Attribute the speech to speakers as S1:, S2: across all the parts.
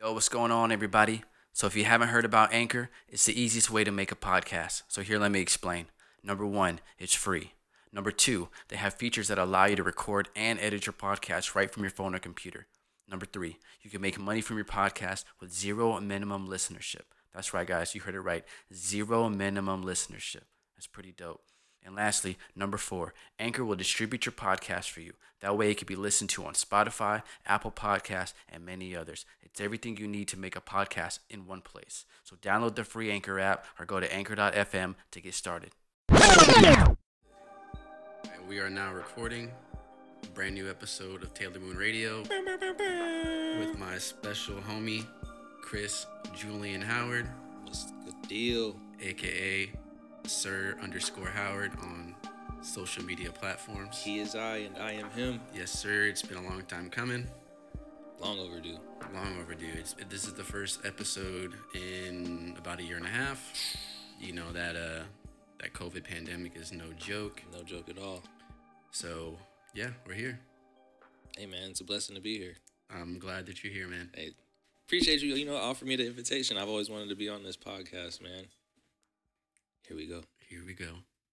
S1: Yo, what's going on, everybody? So, if you haven't heard about Anchor, it's the easiest way to make a podcast. So, here, let me explain. Number one, it's free. Number two, they have features that allow you to record and edit your podcast right from your phone or computer. Number three, you can make money from your podcast with zero minimum listenership. That's right, guys, you heard it right. Zero minimum listenership. That's pretty dope. And lastly, number four, Anchor will distribute your podcast for you. That way it can be listened to on Spotify, Apple Podcasts, and many others. It's everything you need to make a podcast in one place. So download the free Anchor app or go to anchor.fm to get started. And we are now recording a brand new episode of Taylor Moon Radio with my special homie, Chris Julian Howard.
S2: What's the deal?
S1: aka Sir underscore Howard on social media platforms.
S2: He is I and I am him.
S1: Yes, sir. It's been a long time coming.
S2: Long overdue.
S1: Long overdue. It's, this is the first episode in about a year and a half. You know that uh, that COVID pandemic is no joke.
S2: No joke at all.
S1: So yeah, we're here.
S2: Hey man, it's a blessing to be here.
S1: I'm glad that you're here, man.
S2: Hey, appreciate you. You know, offering me the invitation. I've always wanted to be on this podcast, man. Here we go.
S1: Here we go.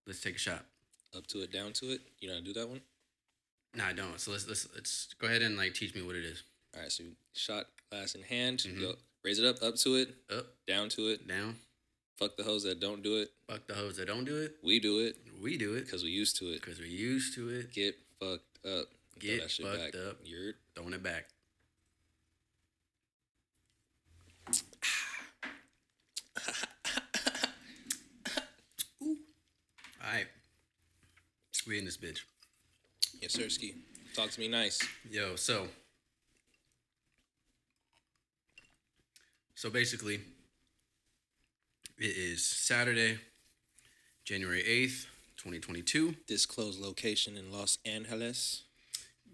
S1: Let's take a shot.
S2: Up to it, down to it. You know how to do that one?
S1: No, I don't. So let's let's let's go ahead and like teach me what it is.
S2: All right, so shot glass in hand.
S1: Mhm.
S2: Go raise it up, up to it,
S1: Up,
S2: down to it.
S1: down.
S2: Fuck the hoes that don't do it.
S1: Fuck the hoes that don't do it.
S2: We do it
S1: We do it
S2: because we used to it.
S1: because we're used to it.
S2: Get fucked up. Throw
S1: Get fucked up.
S2: You're
S1: Throwing it back. All right. We in this bitch.
S2: yes, sir. Ski. Talk to me nice.
S1: Yo, so. So basically, it is Saturday, January 8th, 2022.
S2: Disclosed location in Los Angeles.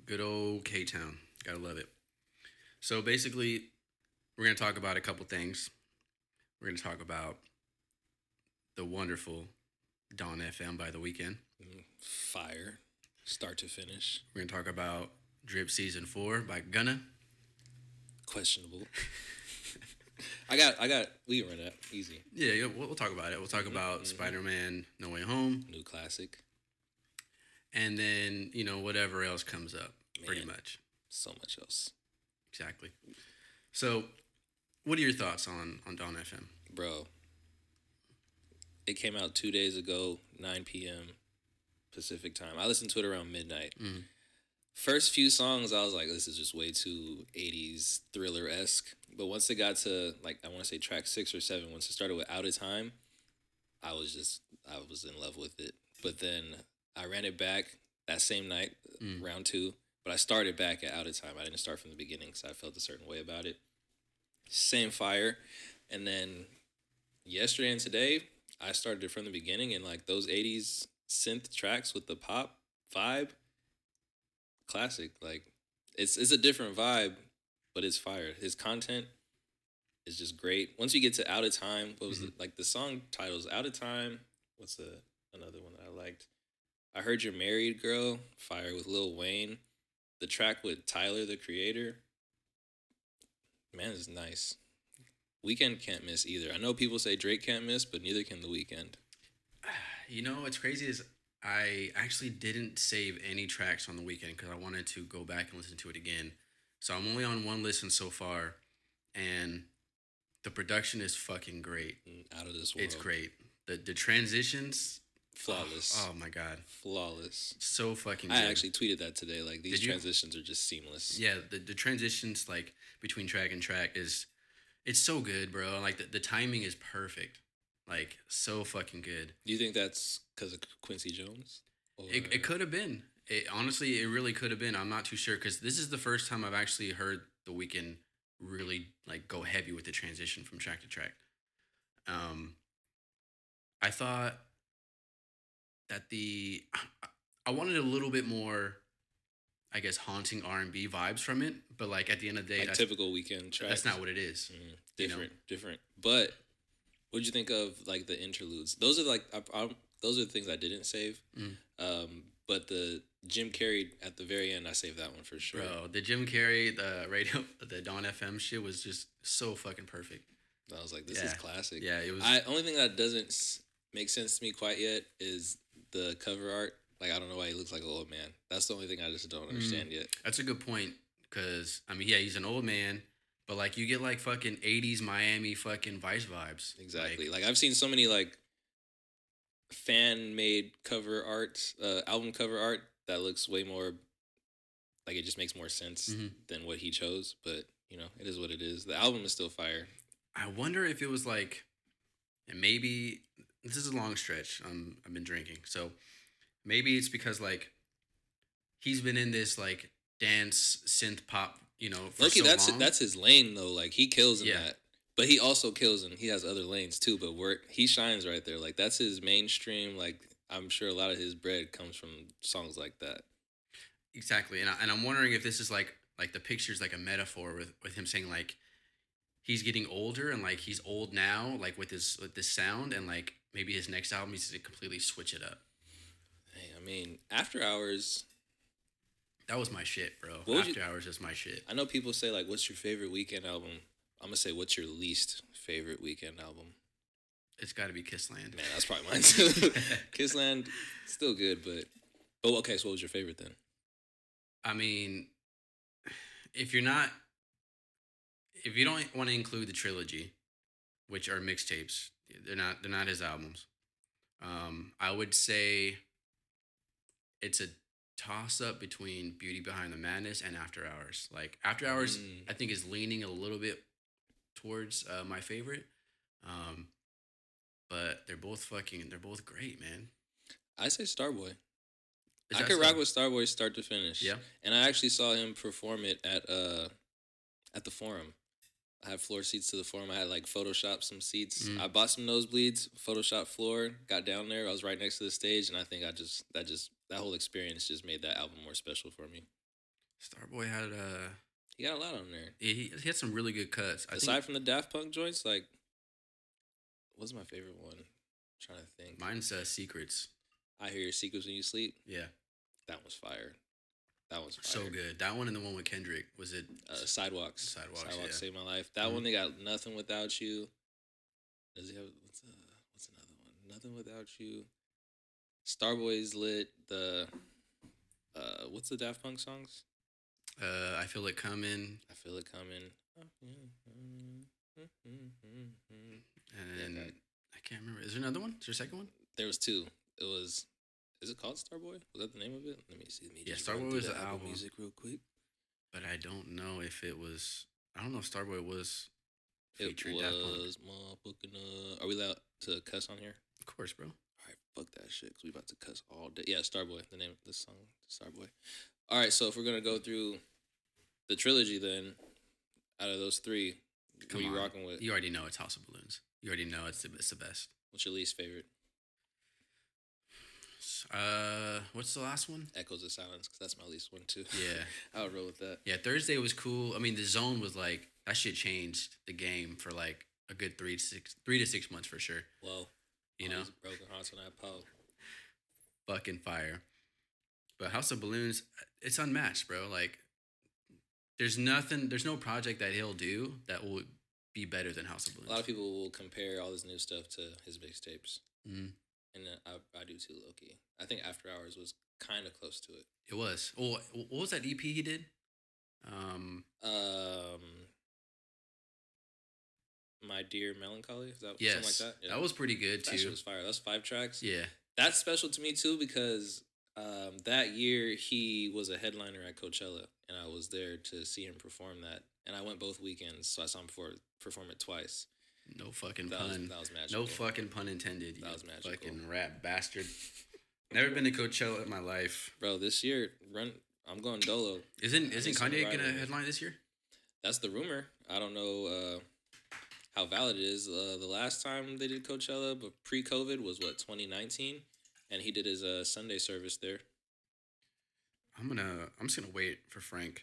S1: Good old K Town. Gotta love it. So basically, we're gonna talk about a couple things. We're gonna talk about the wonderful Dawn FM by the weekend.
S2: fire, start to finish.
S1: We're gonna talk about Drip Season 4 by Gunna.
S2: Questionable. I got, I got. We can run that easy.
S1: Yeah, yeah we'll, we'll talk about it. We'll talk about Spider Man No Way Home
S2: New classic.
S1: and then, you know, whatever else comes up, pretty
S2: Man.
S1: much.
S2: So much else,
S1: Exactly. So, what are your thoughts on, on Dawn FM?
S2: bro. It came out two days ago, 9 p.m. Pacific time. I listened to it around midnight.
S1: Mhm.
S2: First few songs, I was like, this is just way too 80s thriller esque. But once it got to like, I want to say track six or seven, once it started with Out of Time, I was just, I was in love with it. But then I ran it back that same night,
S1: Mm.
S2: round two. But I started back at Out of Time. I didn't start from the beginning because I felt a certain way about it. Same fire. And then yesterday and today, I started it from the beginning and like those 80s synth tracks with the pop vibe classic like it's it's a different vibe but it's fire his content is just great once you get to out of time what was the, like the song titles out of time what's the another one that i liked i heard you're married girl fire with lil wayne the track with tyler the creator man is nice weekend can't miss either i know people say drake can't miss but neither can the weekend
S1: You know what's crazy is I actually didn't save any tracks on the weekend because I wanted to go back and listen to it again. So I'm only on one listen so far, and the production is fucking great.
S2: out of this world
S1: It's great. The the transitions,
S2: flawless
S1: Oh my god,
S2: flawless
S1: so fucking.
S2: I
S1: good.
S2: actually tweeted that today. Like these
S1: Did you?
S2: transitions are just seamless.
S1: Yeah, the the transitions like between track and track is, it's so good, bro. Like the, the timing is perfect. Like so fucking good.
S2: Do you think that's because of Quincy Jones? Or-
S1: It, it could have been. It honestly, it really could have been. I'm not too sure because this is the first time I've actually heard the weekend really like go heavy with the transition from track to track. Um, I thought that the I wanted a little bit more, I guess, haunting R and B vibes from it. But like at the end of the day,
S2: like
S1: that's,
S2: typical weekend track.
S1: that's not what it is.
S2: Mm,
S1: you know?
S2: different, different. But what'd you think of like the interludes? Those are like I, I, those are the things I didn't save.
S1: Mm.
S2: Um, but the Jim Carrey at the very end. I saved that one for sure.
S1: Bro, the Jim Carrey, the radio, the Don FM shit was just so fucking perfect.
S2: I was like, this is
S1: Yeah.
S2: classic.
S1: Yeah, it was.
S2: I only thing that doesn't s- make sense to me quite yet is the cover art. Like I don't know why he looks like an old man. That's the only thing I just don't understand yet.
S1: that's a good point because I mean, yeah, he's an old man, but like you get like fucking '80s Miami fucking Vice vibes. Like,
S2: Exactly. Like, I've seen so many like fan made cover art, uh, album cover art that looks way more like it just makes more sense
S1: Mhm.
S2: than what he chose. But you know, it is what it is. The album is still fire.
S1: I wonder if it was like, and maybe this is a long stretch. Um, I've been drinking, so maybe it's because like he's been in this like dance synth pop, you know, for
S2: Lucky
S1: so
S2: that's
S1: long.
S2: that's his lane though. Like he kills in
S1: Yeah.
S2: that. But he also kills and he has other lanes too. But where he shines right there. Like that's his mainstream. Like I'm sure a lot of his bread comes from songs like that.
S1: exactly, and I, and I'm wondering if this is like like the picture's like a metaphor with with him saying like he's getting older and like he's old now, like with his with this sound, and like maybe his next album he's to completely switch it up.
S2: Hey, I mean, after hours.
S1: That was my shit, bro.
S2: What would you-
S1: After Hours is my shit.
S2: I know people say like, "What's your favorite weekend album?" I'm gonna say, "What's your least favorite weekend album?"
S1: It's got to be Kiss Land.
S2: Man, that's probably mine too. Kissland, still good, but oh, okay. So, what was your favorite then?
S1: I mean, if you're not, if you don't want to include the trilogy, which are mixtapes, they're not they're not his albums. Um, I would say it's a toss up between Beauty Behind the Madness and After Hours. Like After Hours,
S2: Mm.
S1: I think is leaning a little bit towards uh, my favorite. Um, but they're both fucking, they're both great, man.
S2: I say Starboy.
S1: Is
S2: I
S1: that
S2: could rock
S1: so?
S2: with Starboy start to finish.
S1: Yeah.
S2: and I actually saw him perform it at uh at the Forum. I had floor seats to the Forum. I had like Photoshop some seats.
S1: Mm.
S2: I bought some nosebleeds, Photoshop floor, got down there. I was right next to the stage, and I think I just that just that whole experience just made that album more special for me.
S1: Starboy had uh,
S2: He got a lot on there.
S1: he, he had some really good cuts. I
S2: Aside
S1: think
S2: from the Daft Punk joints, like, what's my favorite one? I'm trying to think.
S1: mine's uh, Secrets.
S2: I hear your secrets when you sleep.
S1: Yeah,
S2: That one's fire. That one's
S1: so
S2: fire.
S1: good. That one and the one with Kendrick was it?
S2: Uh, sidewalks.
S1: Sidewalks, yeah.
S2: saved my life. That
S1: Mhm.
S2: one they got nothing without you. Does he have what's, uh, what's another one? Nothing without you. Starboy's lit. The uh, what's the Daft Punk songs?
S1: uh, I feel it coming,
S2: I feel it coming.
S1: and
S2: okay.
S1: I can't remember. Is there another one? Is there a second one?
S2: There was two. It was. Is it called Starboy? Was that the name of it? Let me see. Let me
S1: Yeah,
S2: just run
S1: Starboy
S2: through
S1: was
S2: the
S1: the
S2: Apple
S1: album.
S2: Music real quick.
S1: But I don't know if it was. I don't know if Starboy was
S2: It
S1: featured Daft Punk.
S2: was motherfucking. Uh, are we allowed to cuss on here?
S1: Of course, bro.
S2: All right, fuck that shit, cause we about to cuss all day. Yeah, Starboy, the name of the song, Starboy. All right, so if we're gonna go through the trilogy, then out of those three,
S1: Come
S2: what
S1: on.
S2: you rocking with?
S1: You already know it's House of Balloons. You already know it's the, it's the best.
S2: What's your least favorite?
S1: S- Uh, what's the last one?
S2: Echoes of Silence, cause that's my least one too.
S1: Yeah,
S2: I would roll with that.
S1: yeah. Thursday was cool. I mean, the zone was like that. Shit changed the game for like a good three to six, three to six months for sure.
S2: Whoa,
S1: You
S2: all
S1: know,
S2: these broken hearts on that pole.
S1: fucking fire. But House of Balloons, it's unmatched, bro. Like, there's nothing, there's no project that he'll do that will be better than House of Balloons.
S2: A lot of people will compare all this new stuff to his mixtapes,
S1: Mhm.
S2: and uh, I I do too, Loki. I think After Hours was kind of close to it.
S1: It was. Well, what was that EP he did? Um,
S2: Um, my dear melancholy, is that
S1: yes,
S2: something like that? Yeah.
S1: was pretty good
S2: That shit
S1: too.
S2: was fire. That's five tracks.
S1: Yeah,
S2: That's special to me too because um, that year he was a headliner at Coachella, and I was there to see him perform that. And I went both weekends, so I saw him perform, perform it twice.
S1: no fucking
S2: That was
S1: pun.
S2: that was magical.
S1: no fucking pun intended. You
S2: That was magical.
S1: fucking rap bastard. Never been to Coachella in my life.
S2: bro. This year, run. I'm going Dolo.
S1: Isn't
S2: I
S1: isn't
S2: need some
S1: Kanye gonna
S2: rivalry.
S1: headline this year?
S2: That's the rumor. I don't know uh, how valid it is. Uh, the last time they did Coachella, but pre-COVID was what 2019, and he did his uh, Sunday service there.
S1: I'm gonna. I'm just gonna wait for Frank.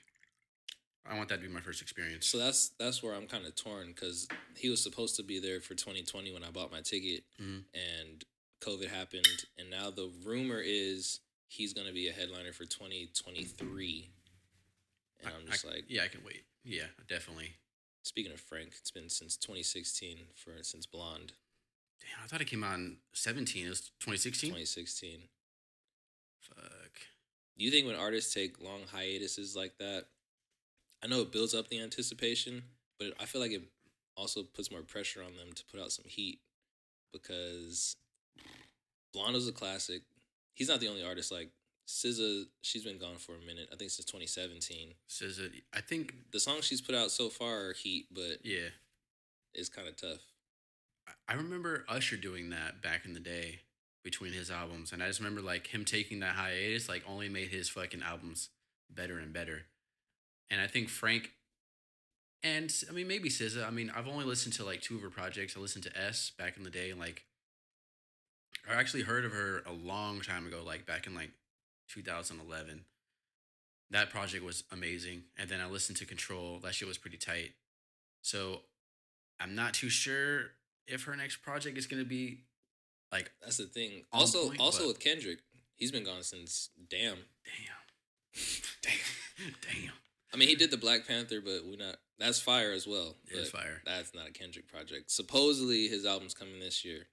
S1: I want that to be my first experience.
S2: So that's that's where I'm kind of torn because he was supposed to be there for 2020 when I bought my ticket,
S1: Mhm.
S2: and COVID happened, and now the rumor is he's gonna be a headliner for 2023. And
S1: I-
S2: I'm just
S1: I-
S2: like,
S1: yeah, I can wait. Yeah, definitely.
S2: speaking of Frank, it's been since 2016 for since Blonde
S1: Damn, I thought it came out in 17. It was 2016?
S2: 2016.
S1: Fuck.
S2: Do you think when artists take long hiatuses like that, I know it builds up the anticipation, but I feel like it also puts more pressure on them to put out some heat because Blondo's a classic. He's not the only artist. Like SZA, she's been gone for a minute. I think since 2017.
S1: Says it. I think,
S2: The songs she's put out so far are heat, but
S1: yeah.
S2: it's kind of tough.
S1: I- I remember Usher doing that back in the day between his albums. And I just remember like him taking that hiatus, like only made his fucking albums better and better. And I think Frank and I mean maybe SZA. I mean, I've only listened to like two of her projects. I listened to S back in the day and like I actually heard of her a long time ago, like back in like 2011. That project was amazing. And then I listened to Control. That shit was pretty tight. So I'm not too sure if her next project is going to be like,
S2: That's the thing.
S1: On
S2: Also,
S1: point,
S2: also
S1: but-
S2: with Kendrick, he's been gone since damn.
S1: damn, damn, damn.
S2: I mean, he did the Black Panther, but we're not. That's fire as well.
S1: It was
S2: but-
S1: fire.
S2: That's not a Kendrick project. Supposedly his album's coming this year.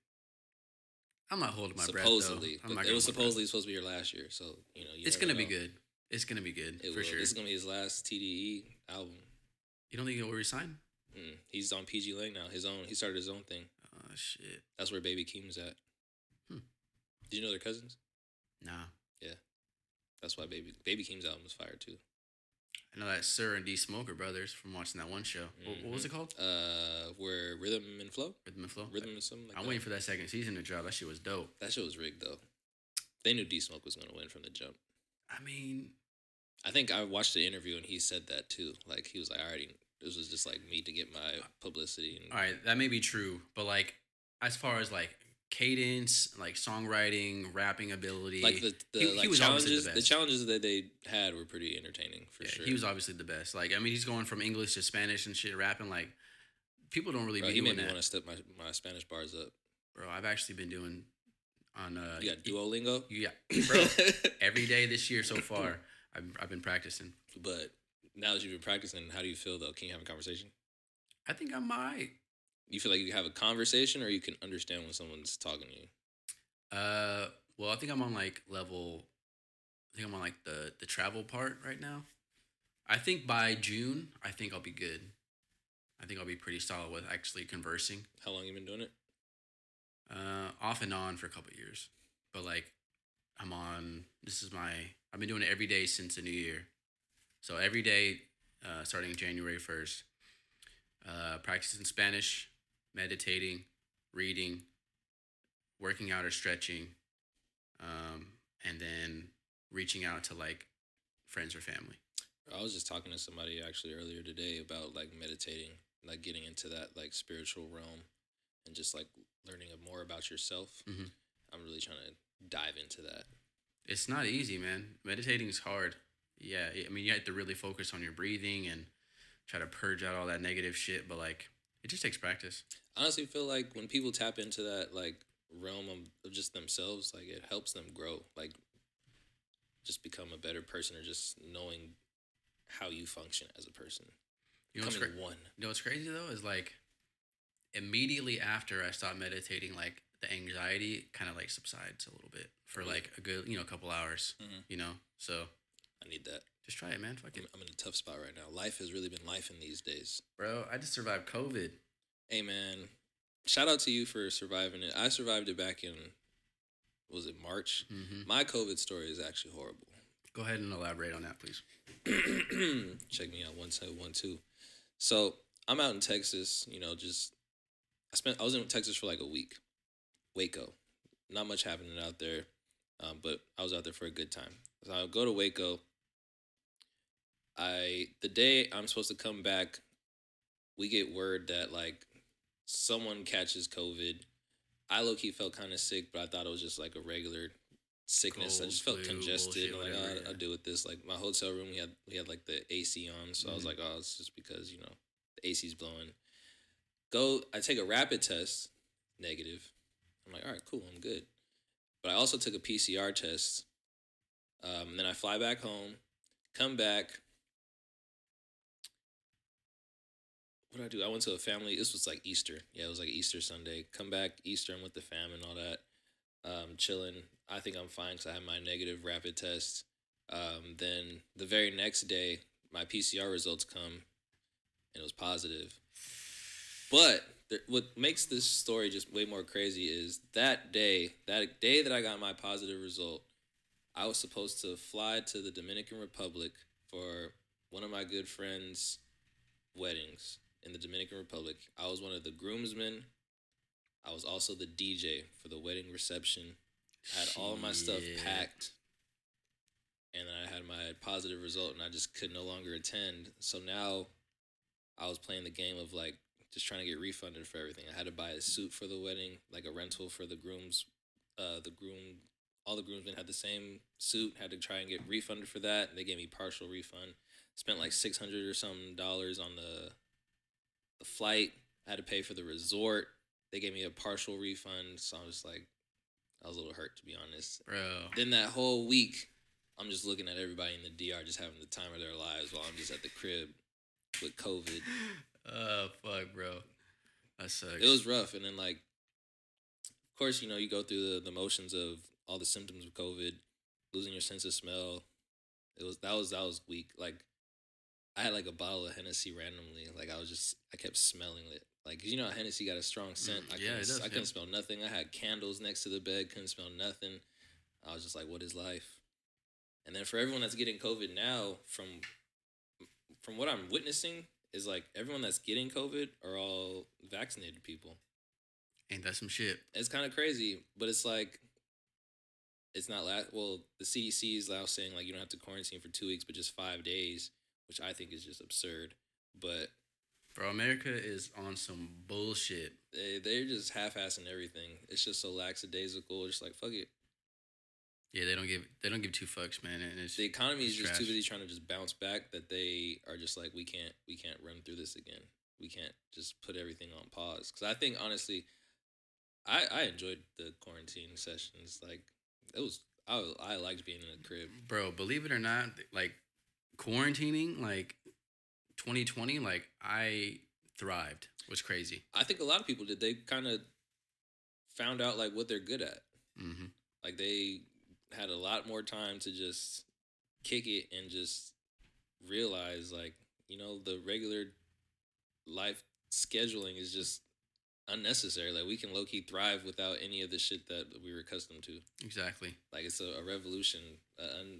S1: I'm not holding my
S2: supposedly,
S1: breath. though. I'm not
S2: it
S1: gonna
S2: was
S1: hold my breath.
S2: supposedly supposed to be here last year. So you know, you
S1: It's
S2: never
S1: gonna be
S2: know.
S1: good. It's gonna be good
S2: It
S1: for
S2: will.
S1: sure.
S2: This is gonna be his last TDE album.
S1: You don't think he'll resign?
S2: Mm, he's on PG Lang now. His own. He started his own thing.
S1: Oh shit.
S2: That's where Baby Keem's at.
S1: Hmm.
S2: Did you know they're cousins?
S1: Nah.
S2: That's why Baby Baby Keem's album is fire too.
S1: I know that Sir and D Smoker brothers from watching that one show. Wh- What, was it called?
S2: Uh, where Rhythm and Flow,
S1: Rhythm and Flow.
S2: Rhythm and something like
S1: I'm
S2: that.
S1: waiting for that second season to drop. That shit was dope.
S2: That shit was rigged though. They knew D Smoke was gonna win from the jump.
S1: I mean,
S2: I think I watched the interview and he said that too. Like he was like, I already this was just like me to get my publicity and
S1: all right, that may be true, but like, as far as like cadence, like songwriting, rapping ability,
S2: like the, the
S1: he- he
S2: like
S1: was obviously the
S2: challenges the,
S1: best.
S2: challenges that they had were pretty entertaining for
S1: yeah,
S2: sure.
S1: he was obviously the best. Like, I mean, he's going from English to Spanish and shit, rapping. Like, people don't really
S2: Bro,
S1: be
S2: he
S1: doing
S2: made me
S1: that.
S2: want to step my, my Spanish bars up.
S1: Bro, I've actually been doing on uh,
S2: You got Duolingo,
S1: yeah, bro, every day this year so far. I've I've been practicing.
S2: but now that you've been practicing, how do you feel though? Can you have a conversation?
S1: I think I might.
S2: You feel like you have a conversation, or you can understand when someone's talking to you.
S1: Uh, well, I think I'm on like level. I think I'm on like the the travel part right now. I think by June, I think I'll be good. I think I'll be pretty solid with actually conversing,
S2: How long you been doing it?
S1: uh, off and on for a couple years. But like, I'm on. This is my. I've been doing it every day since the new year. So every day, uh, starting January first, uh, practicing Spanish, meditating, reading, working out or stretching, um, and then reaching out to like friends or family.
S2: I was just talking to somebody actually earlier today about like meditating, like getting into that like spiritual realm and just like learning more about yourself.
S1: Mhm.
S2: I'm really trying to dive into that.
S1: It's not easy, man. Meditating is hard. Yeah, I mean, you have to really focus on your breathing and try to purge out all that negative shit. But like, it just takes practice.
S2: I honestly feel like when people tap into that like realm of, of just themselves, like it helps them grow, like just become a better person or just knowing how you function as a person.
S1: You know, what's cra-
S2: Becoming one.
S1: you know what's crazy though is like, immediately after I stopped meditating, like the anxiety kind of like subsides a little bit
S2: Mm-hmm.
S1: for like a good, you know, couple hours.
S2: Mhm.
S1: You know, so
S2: I need that.
S1: just try it, man. Fuck
S2: I'm,
S1: it,
S2: I'm in a tough spot right now. Life has really been life in these days.
S1: bro. I just survived COVID.
S2: Hey man, shout out to you for surviving it. I survived it back in was it March?
S1: hmm
S2: My COVID story is actually horrible.
S1: Go ahead and elaborate on that, please.
S2: Check me out one two one two. So I'm out in Texas. You know, just I spent I was in Texas for like a week. Waco, not much happening out there, um, but I was out there for a good time. So I go to Waco. I the day I'm supposed to come back, we get word that like someone catches COVID. I low key felt kind of sick, but I thought it was just like a regular sickness. I
S1: Cold,
S2: just felt
S1: flu, bullshit,
S2: congested. and, like
S1: whatever,
S2: oh, I'll, I'll
S1: yeah.
S2: deal with this. Like my hotel room, we had we had like the AC on, so I was
S1: Mhm.
S2: like, oh, it's just because you know the AC's blowing. Go, I take a rapid test, negative. I'm like, all right, cool, I'm good. But I also took a PCR test Um, then I fly back home, come back. What did I do? I went to a family. This was like Easter. Yeah, it was like Easter Sunday. Come back Easter. I'm with the fam and all that. Um, chilling. I think I'm fine because I had my negative rapid test. Um, then the very next day, my PCR results come, and it was positive. But there, what makes this story just way more crazy is that day, that day that I got my positive result, I was supposed to fly to the Dominican Republic for one of my good friends' weddings in the Dominican Republic. I was one of the groomsmen. I was also the DJ for the wedding reception. I had all my stuff
S1: Shit.
S2: packed. And then I had my positive result and I just could no longer attend. So now I was playing the game of like just trying to get refunded for everything. I had to buy a suit for the wedding, like a rental for the groom's uh the groom all the groomsmen had the same suit, had to try and get refunded for that. and They gave me partial refund. Spent like six hundred or something dollars on the the flight. had to pay for the resort. They gave me a partial refund. So I'm just like I was a little hurt to be honest.
S1: Bro.
S2: Then that whole week, I'm just looking at everybody in the DR just having the time of their lives while I'm just at the crib with COVID.
S1: Oh, fuck, bro. That sucks.
S2: It was rough. And then, like, of course, you know, you go through the, the motions of all the symptoms of COVID, losing your sense of smell. It was that was that was weak. Like, I had like a bottle of Hennessy randomly. Like, I was just I kept smelling it. Like, 'cause you know, how Hennessy got a strong scent.
S1: Mm,
S2: I
S1: yeah,
S2: couldn't,
S1: it
S2: s-
S1: does,
S2: I
S1: yeah.
S2: couldn't smell nothing. I had candles next to the bed, couldn't smell nothing. I was just like, what is life? And then for everyone that's getting COVID now, from from what I'm witnessing, is like everyone that's getting COVID are all vaccinated people
S1: Ain't that some shit?
S2: it's kind of crazy, but it's like it's not la well, the CDC is now saying like you don't have to quarantine for two weeks, but just five days, which I think is just absurd. But
S1: Bro, America is on some bullshit.
S2: they they're just half assing everything. It's just so lackadaisical. Just like fuck it.
S1: Yeah, they don't give they don't give two fucks, man. And it's
S2: The economy is
S1: It's
S2: just too
S1: trash.
S2: busy trying to just bounce back that they are just like we can't we can't run through this again. We can't just put everything on pause. Because I think honestly, I I enjoyed the quarantine sessions. Like it was I I liked being in a crib.
S1: bro, believe it or not, like quarantining, like 2020, like I thrived. Was crazy.
S2: I think a lot of people did. They kind of found out like what they're good at. Mm-hmm.
S1: hmm
S2: Like they had a lot more time to just kick it and just realize like you know the regular life scheduling is just unnecessary. Like we can low key thrive without any of the shit that we were accustomed to.
S1: Exactly.
S2: Like it's a, a revolution, an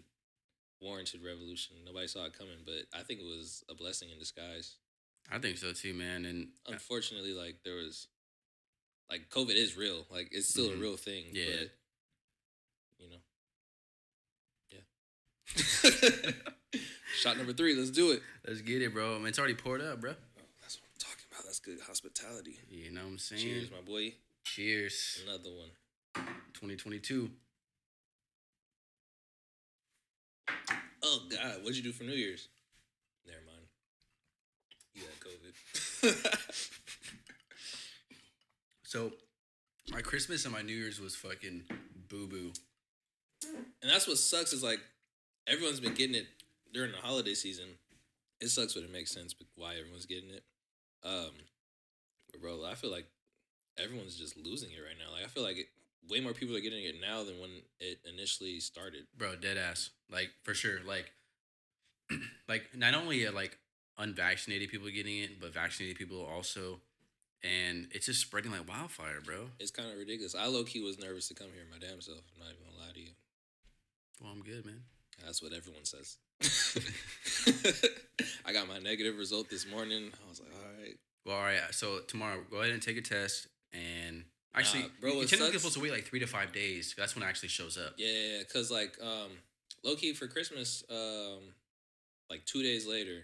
S2: unwarranted revolution. Nobody saw it coming, but I think it was a blessing in disguise.
S1: I think so too, man. And uh,
S2: unfortunately, like there was, like COVID is real. Like it's still
S1: Mhm.
S2: a real thing.
S1: Yeah.
S2: But, you know. Yeah. Shot number three. Let's do it.
S1: let's get it, bro. I mean, it's already poured up, bro.
S2: Oh, that's what I'm talking about. That's good hospitality.
S1: You know what I'm saying?
S2: Cheers, Mm-hmm. my boy.
S1: Cheers.
S2: Another one.
S1: 2022.
S2: Oh God, what'd you do for New Year's? Never mind. You had COVID.
S1: So my Christmas and my New Year's was fucking boo boo.
S2: and that's what sucks is like everyone's been getting it during the holiday season. It sucks, but it makes sense but why everyone's getting it. Um, but bro, I feel like everyone's just losing it right now. Like I feel like it, way more people are getting it now than when it initially started.
S1: bro dead ass like for sure like like not only are like unvaccinated people getting it but vaccinated people also and it's just spreading like wildfire bro
S2: It's kind of ridiculous. I low key was nervous to come here, my damn self. I'm not even gonna lie to you.
S1: well i'm good man
S2: That's what everyone says. I got my negative result this morning. I was like, all right.
S1: well all right so tomorrow go ahead and take a test and actually
S2: Nah, bro,
S1: bro
S2: it
S1: you're technically
S2: sucks.
S1: supposed to wait like three to five days that's when it actually shows up
S2: Yeah, because like um, low key for Christmas, um, like two days later,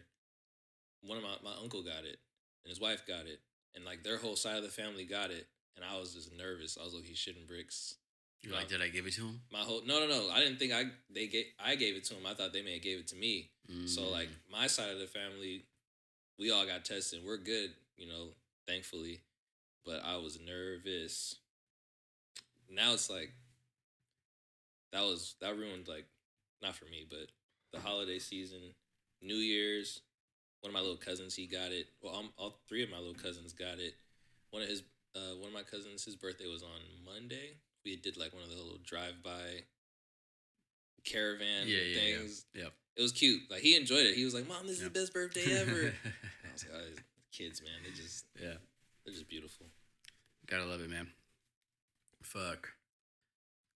S2: one of my my uncle got it and his wife got it, and like their whole side of the family got it, and I was just nervous. I was low key shitting bricks.
S1: you're like
S2: Nah.
S1: did i give it to him
S2: My whole no no no, I didn't think I they gave I gave it to him. I thought they may have gave it to me. So like
S1: Mm,
S2: my side of the family, we all got tested. We're good, you know, thankfully. But I was nervous. Now it's like that was that ruined like not for me, but the holiday season, New Year's. One of my little cousins, he got it. Well, um, all three of my little cousins got it. One of his, uh, one of my cousins, his birthday was on Monday. We did like one of the little drive-by caravan things.
S1: Yep.
S2: It was cute. Like he enjoyed it. He was like, "Mom, this
S1: Yeah.
S2: is the best birthday ever." And I was like, oh, these "Kids, man, they just
S1: yeah.
S2: they're just beautiful."
S1: Gotta love it, man. Fuck.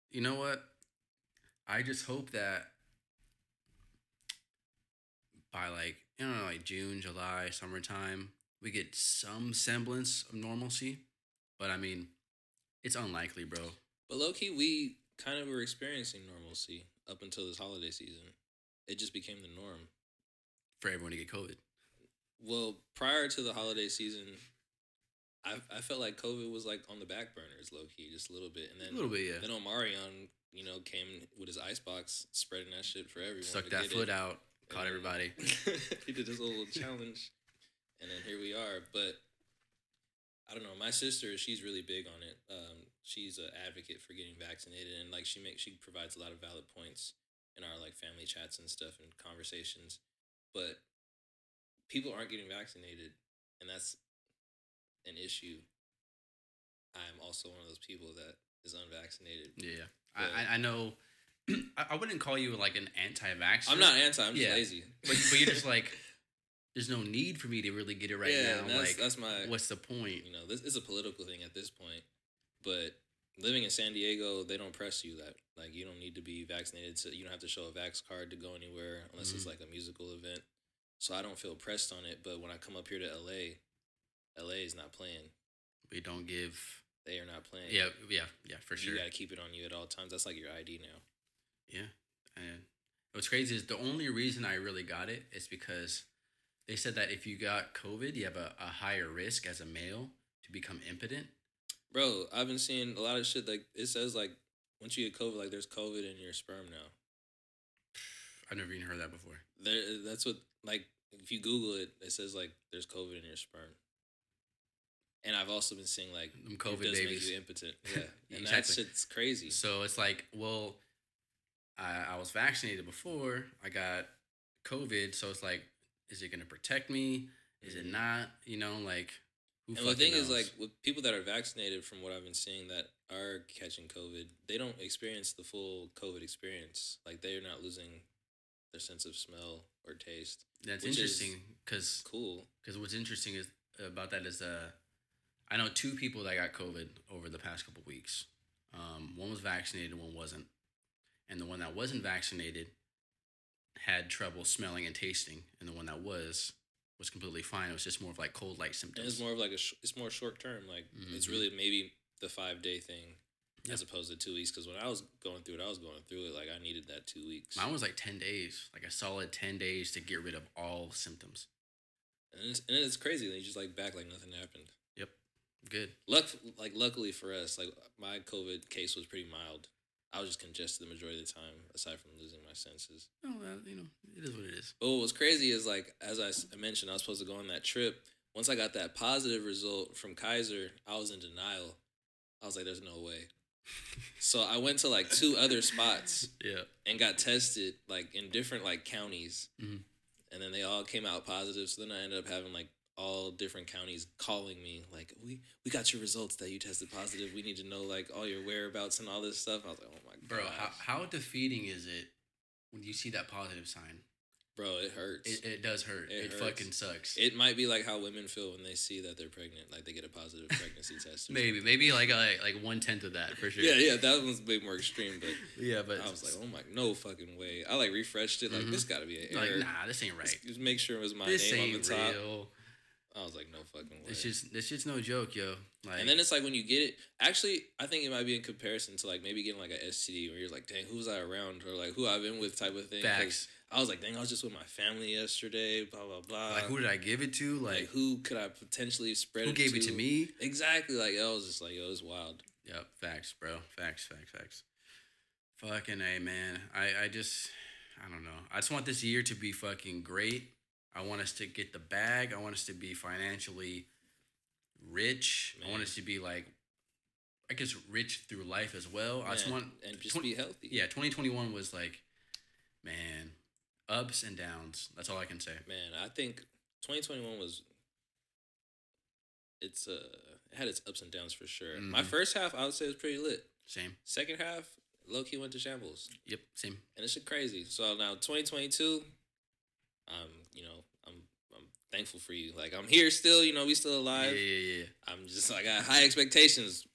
S1: You know what? I just hope that by like, you know, like June, July, summertime, we get some semblance of normalcy. But I mean, it's unlikely, bro.
S2: But low key, we kind of were experiencing normalcy up until this holiday season. It just became the norm.
S1: for everyone to get COVID.
S2: Well, prior to the holiday season, I I felt like COVID was like on the back burners, low key, just a little bit, and
S1: a
S2: then
S1: little bit, yeah.
S2: then Omarion, you know, came with his icebox, spreading that shit for everyone.
S1: Stuck
S2: to
S1: that
S2: get
S1: foot
S2: it.
S1: out, caught
S2: And
S1: everybody.
S2: he did his little challenge, and then here we are. But I don't know. My sister, she's really big on it. Um, she's an advocate for getting vaccinated, and like she makes, she provides a lot of valid points in our like family chats and stuff and conversations. But people aren't getting vaccinated, and that's an issue. I'm also one of those people that is unvaccinated.
S1: Yeah.
S2: Yeah.
S1: I I, I know. I I wouldn't call you like an anti-vaxxer.
S2: I'm not anti. I'm just
S1: Yeah.
S2: lazy.
S1: But, but you're just like, there's no need for me to really get it right
S2: yeah,
S1: now.
S2: and That's,
S1: like,
S2: that's my
S1: what's the point?
S2: you know, this is a political thing at this point. But living in San Diego, they don't press you that like you don't need to be vaccinated to you don't have to show a vax card to go anywhere unless it's
S1: Mhm.
S2: like a musical event. So I don't feel pressed on it, but when I come up here to LA, LA is not playing.
S1: We don't give.
S2: They are not playing.
S1: Yeah, yeah, yeah, for sure.
S2: You got to keep it on you at all times. That's like your ID now.
S1: Yeah. And what's crazy is the only reason I really got it is because they said that if you got COVID, you have a, a higher risk as a male to become impotent.
S2: Bro, I've been seeing a lot of shit like it says like once you get COVID, like there's COVID in your sperm now.
S1: I've never even heard that before.
S2: There that's what like if you Google it, it says like there's COVID in your sperm. And I've also been seeing like
S1: Them
S2: it
S1: COVID
S2: does
S1: babies.
S2: make you impotent. Yeah. And that
S1: Exactly.
S2: shit's crazy.
S1: So it's like, well, I, I was vaccinated before I got COVID, so it's like, is it gonna protect me? Is it
S2: Mhm.
S1: not? You know, like who
S2: and the
S1: fucking
S2: thing is
S1: knows?
S2: like with people that are vaccinated from what I've been seeing that are catching COVID, they don't experience the full COVID experience. Like they're not losing their sense of smell or taste.
S1: that's
S2: which is-
S1: interesting because
S2: Cool.
S1: what's interesting is about that is uh, I know two people that got COVID over the past couple weeks. Um, one was vaccinated, one wasn't, and the one that wasn't vaccinated had trouble smelling and tasting, and the one that was was completely fine. It was just more of like cold like
S2: And
S1: symptoms.
S2: it's more of like a sh- it's more short term. Like it's
S1: Mhm.
S2: really maybe the five day thing
S1: Yeah.
S2: as opposed to two weeks. Because when I was going through it, I was going through it like I needed that two weeks.
S1: Mine was like 10 days, like a solid 10 days to get rid of all symptoms.
S2: and it's, and it's crazy. They just like back like nothing happened.
S1: Yep. Good.
S2: Luck like luckily for us, like my COVID case was pretty mild. I was just congested the majority of the time, aside from losing my senses.
S1: Oh, well, you know, it is what it is.
S2: But what was crazy is like as I s- I mentioned, I was supposed to go on that trip. Once I got that positive result from Kaiser, I was in denial. I was like, "There's no way." so I went to like two other spots
S1: Yeah.
S2: and got tested like in different like counties,
S1: Mhm.
S2: and then they all came out positive. So then I ended up having like all different counties calling me like, "We we got your results that you tested positive. We need to know like all your whereabouts and all this stuff." I was like, "Oh my god,
S1: Bro, how, how defeating is it when you see that positive sign?
S2: bro, it hurts."
S1: It,
S2: It,
S1: it does hurt. It,
S2: It hurts.
S1: fucking sucks.
S2: might be like how women feel when they see that they're pregnant, like they get a positive pregnancy test. or
S1: maybe, maybe like a, like one tenth of that for sure.
S2: something. Yeah, yeah, that one's a bit more extreme, but,
S1: Yeah, but
S2: I was like, "Oh my, no fucking way!" I like refreshed it, like
S1: Mhm.
S2: this got to be an
S1: like,
S2: error.
S1: nah, this ain't right.
S2: Just- Just make sure it was my
S1: This
S2: name on
S1: ain't
S2: the top.
S1: real.
S2: I was like, "No fucking way."
S1: It's just, it's just no joke, yo. Like,
S2: and then it's like when you get it. Actually, I think it might be in comparison to like maybe getting like a STD where you're like, dang, who's I around or like who I've been with type of thing. 'Cause
S1: facts.
S2: I was like, dang, I was just with my family yesterday. Blah blah blah.
S1: like, who did I give it to?
S2: uh, Like,
S1: Like,
S2: who could I potentially spread?
S1: who
S2: it
S1: gave it to me?
S2: Exactly. Like I was just like, yo, it's wild.
S1: Yep, facts, bro. Facts, facts, facts. Fucking A, man. I, I just, I don't know. I just want this year to be fucking great. I want us to get the bag. I want us to be financially rich. I
S2: Man.
S1: want us to be like, I guess, rich through life as well. I just
S2: Man,
S1: want,
S2: and just
S1: twen-
S2: be healthy.
S1: yeah, 2021 was like, Man, ups and downs. That's all I can say.
S2: Man, I think 2021 was it's uh it had its ups and downs for sure. My
S1: Mhm.
S2: first half I would say was pretty lit.
S1: Same.
S2: Second half, low key went to shambles.
S1: Yep. Same.
S2: And it's crazy. So now 2022, um, you know, I'm I'm thankful for you. Like I'm here still, you know, we still
S1: Yeah,
S2: alive.
S1: yeah, yeah.
S2: I'm just I got high expectations.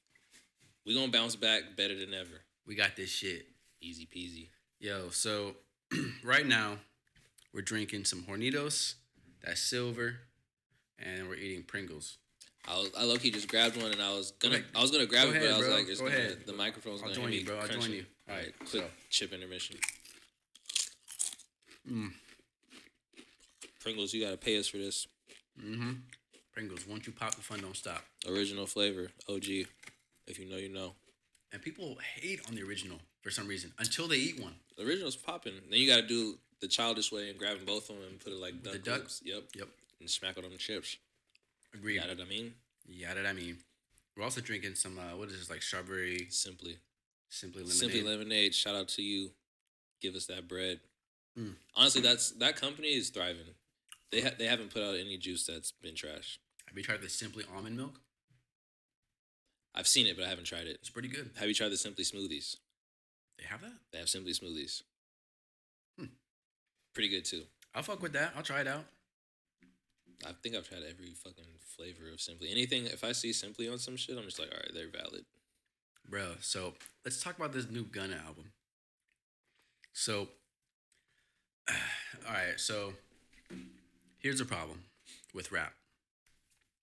S2: We gonna bounce back better than ever.
S1: We got this shit.
S2: Easy peasy.
S1: Yo, so right now we're drinking some Hornitos. That's silver, and we're eating Pringles.
S2: I was, I low key just grabbed one and I was gonna
S1: Okay.
S2: I was gonna grab
S1: Go
S2: it, but
S1: ahead,
S2: I was
S1: bro.
S2: like, it's
S1: Go
S2: gonna,
S1: ahead.
S2: the microphone's
S1: I'll
S2: gonna
S1: join
S2: hit
S1: you,
S2: me
S1: bro. I'll join
S2: crunching.
S1: you.
S2: All right,
S1: Alright,
S2: quick
S1: so.
S2: chip intermission.
S1: Mm.
S2: Pringles, you gotta pay us for this
S1: Mm-hmm. Pringles. Once you pop, the fun don't stop.
S2: original flavor, OG. If you know, you know.
S1: And people hate on the original for some reason until they eat one.
S2: The original's popping. Then you gotta do the childish way and grabbing both of them and put it like
S1: the
S2: duck
S1: duck?
S2: hoops. Yep,
S1: Yep.
S2: and smack it on the chips.
S1: Agreed.
S2: You know what I mean?
S1: Yeah, that I mean. We're also drinking some uh, what is this like strawberry
S2: Simply,
S1: simply lemonade.
S2: simply lemonade. Shout out to you. Give us that bread.
S1: Mm.
S2: Honestly, that's that company is thriving. They ha- they haven't put out any juice that's been trash.
S1: Have you tried the simply almond milk?
S2: I've seen it, but I haven't tried it.
S1: It's pretty good.
S2: Have you tried the Simply Smoothies?
S1: They have that.
S2: They have Simply Smoothies.
S1: Hmm.
S2: Pretty good too.
S1: I'll fuck with that. I'll try it out.
S2: I think I've tried every fucking flavor of Simply. Anything, if I see Simply on some shit, I'm just like, all right, they're valid.
S1: Bro, so let's talk about this new Gunna album. So, all right, so here's the problem with rap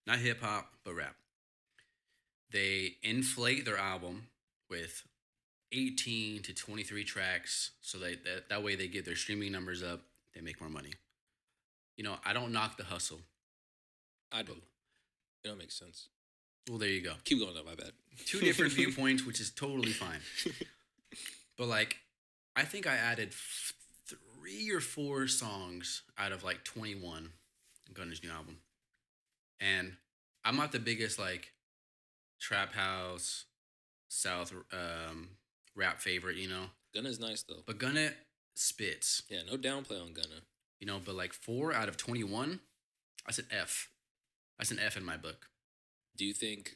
S1: not hip hop, but rap. They inflate their album with 18 to 23 tracks so they, that, that way they get their streaming numbers up, they make more money. You know, I don't knock the hustle.
S2: I do. It don't make sense.
S1: Well, there you go.
S2: Keep going though. My bad.
S1: two different viewpoints, which is totally fine. But like, I think I added f- three or four songs out of like 21 Gunna's new album. And I'm not the biggest like trap house, south um, rap favorite, you know.
S2: Gunna's nice though.
S1: But Gunna spits,
S2: Yeah, no downplay on Gunna.
S1: you know. But like four out of 21, that's an F. That's an F in my book.
S2: Do you think,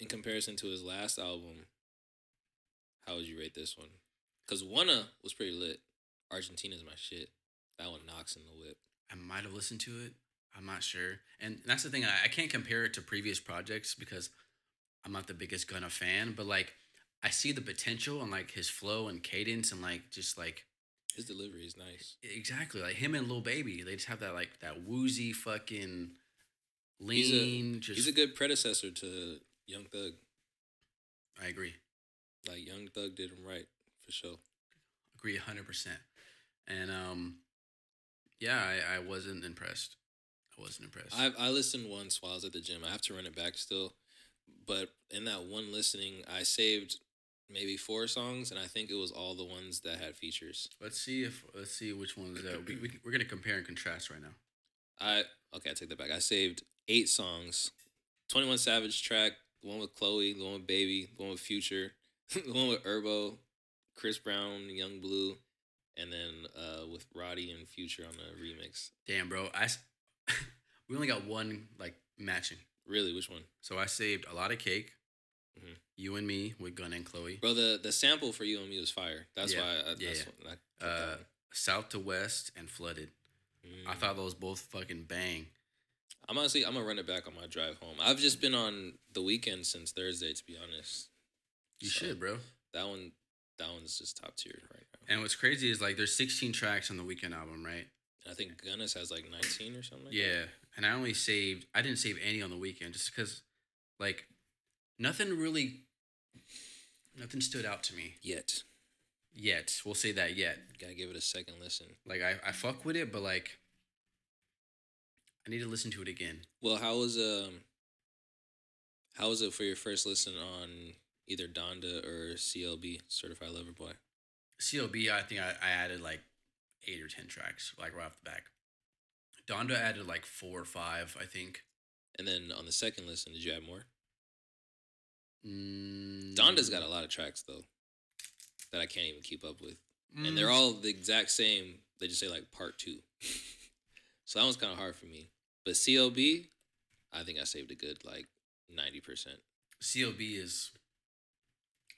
S2: in comparison to his last album, how would you rate this one? Because Wanna was pretty lit. Argentina's my shit. That one knocks in the whip.
S1: I might have listened to it. I'm not sure. And that's the thing. I, I can't compare it to previous projects because I'm not the biggest Gunna fan, but like I see the potential and like his flow and cadence and like just like
S2: His delivery is nice.
S1: exactly like him and Lil Baby. They just have that like that woozy fucking
S2: He's a-
S1: lean. just
S2: He's a good predecessor to Young Thug.
S1: I agree.
S2: Like Young Thug did him right for sure.
S1: Agree 100%. And um yeah, I, I wasn't impressed. I wasn't impressed.
S2: I I listened once while I was at the gym. I have to run it back still, but in that one listening, I saved maybe four songs, and I think it was all the ones that had features.
S1: let's see if let's see which ones that we, we we're going to compare and contrast right now.
S2: I okay, I take that back. I saved eight songs. Twenty One Savage track, the one with Chloe, the one with Baby, the one with Future, the one with Herbo, Chris Brown, Young Blue, and then uh with Roddy and Future on the remix.
S1: Damn, bro. I s- we only got one like matching,
S2: Really, which one?
S1: so I saved a lot of cake.
S2: Mhm.
S1: You and me with Gunna and Chloe.
S2: Bro, the, the sample for you and me was fire. That's
S1: Yeah,
S2: why I,
S1: yeah,
S2: that's
S1: yeah.
S2: What, I, picked that
S1: Uh,
S2: one.
S1: South to West and Flooded. I
S2: Mm.
S1: thought those both fucking bang.
S2: I'm honestly I'm gonna run it back on my drive home. I've just been on the weekend since Thursday, to be honest.
S1: You
S2: So,
S1: should, bro.
S2: That one that one's just top tier right now.
S1: And what's crazy is like there's 16 tracks on the weekend album, right?
S2: And I think Gunnas has like nineteen or something. like that.
S1: Yeah. And I only saved I didn't save any on the weekend just because like nothing really nothing stood out to me
S2: Yet.
S1: yet. We'll say that yet.
S2: Gotta give it a second listen.
S1: Like I, I fuck with it, but like I need to listen to it again.
S2: Well, how was um how was it for your first listen on either Donda or CLB Certified Lover Boy?
S1: CLB, I think I, I added like eight or ten tracks, like right off the back. Donda added like four or five, I think.
S2: And then on the second listen, did you add more?
S1: Mm,
S2: Donda's got a lot of tracks though that I can't even keep up with. and
S1: Mm.
S2: they're all the exact same. They just say like part two. so that one's kind of hard for me. But CLB, I think I saved a good like ninety percent.
S1: CLB is.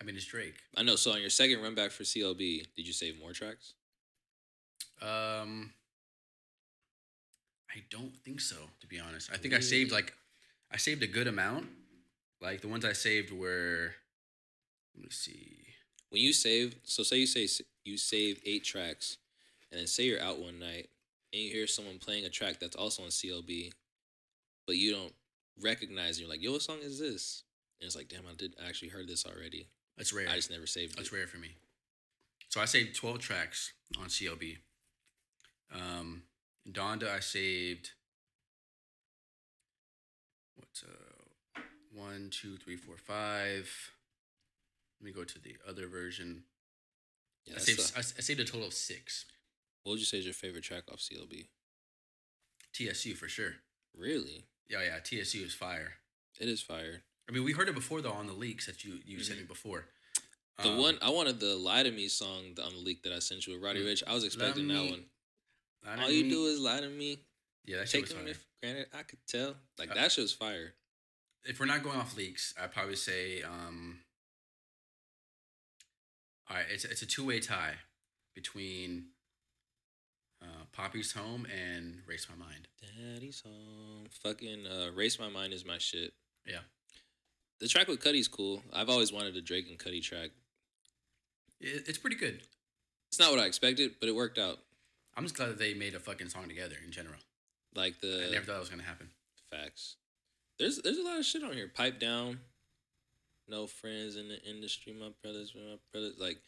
S1: I mean, it's Drake.
S2: I know. So on your second run back for CLB, did you save more tracks?
S1: Um, I don't think so. To be honest, I think I saved
S2: Really?
S1: like, I saved a good amount. Like the ones I saved were, let me see.
S2: When you save, so say you say s- you save eight tracks, and then say you're out one night and you hear someone playing a track that's also on CLB, but you don't recognize. It. You're like, "Yo, what song is this?" And it's like, "Damn, I did I actually heard this already.
S1: That's rare.
S2: I just never saved it."
S1: That's rare for me. So I saved 12 tracks on CLB. Um, Donda, I saved. What's uh, one, two, three, four, five. Let me go to the other version. I
S2: Yeah, that's
S1: saved,
S2: the-
S1: I, I saved a total of six.
S2: what would you say is your favorite track off CLB?
S1: TSU for sure.
S2: Really,
S1: Yeah, yeah. TSU is fire.
S2: it is fire.
S1: I mean, we heard it before though on the leaks that you you sent
S2: Mhm.
S1: me before.
S2: The
S1: Um,
S2: one I wanted the "Lie to Me" song th- on the um, leak that I sent you with Roddy
S1: Mm.
S2: Rich. I was expecting
S1: me-
S2: that one.
S1: I
S2: All
S1: didn't
S2: you
S1: mean-
S2: do is lie to me.
S1: yeah, that shit was
S2: Taking
S1: fire.
S2: me for granted, I could tell. Like
S1: Uh,
S2: that shit was fire.
S1: if we're not going off leaks, I'd probably say um all right, it's it's a two way tie between uh, Poppy's Home and Race My Mind.
S2: Daddy's home. Fucking uh, race my mind is my shit.
S1: Yeah.
S2: The track with Cuddy's cool. I've always wanted a Drake and Cuddy track.
S1: It, it's pretty good.
S2: It's not what I expected, but it worked out.
S1: I'm just glad that they made a fucking song together in general.
S2: Like the
S1: I never thought it was gonna happen.
S2: facts. There's there's a lot of shit on here. Pipe down. No friends in the industry. My brothers, my brothers. Like,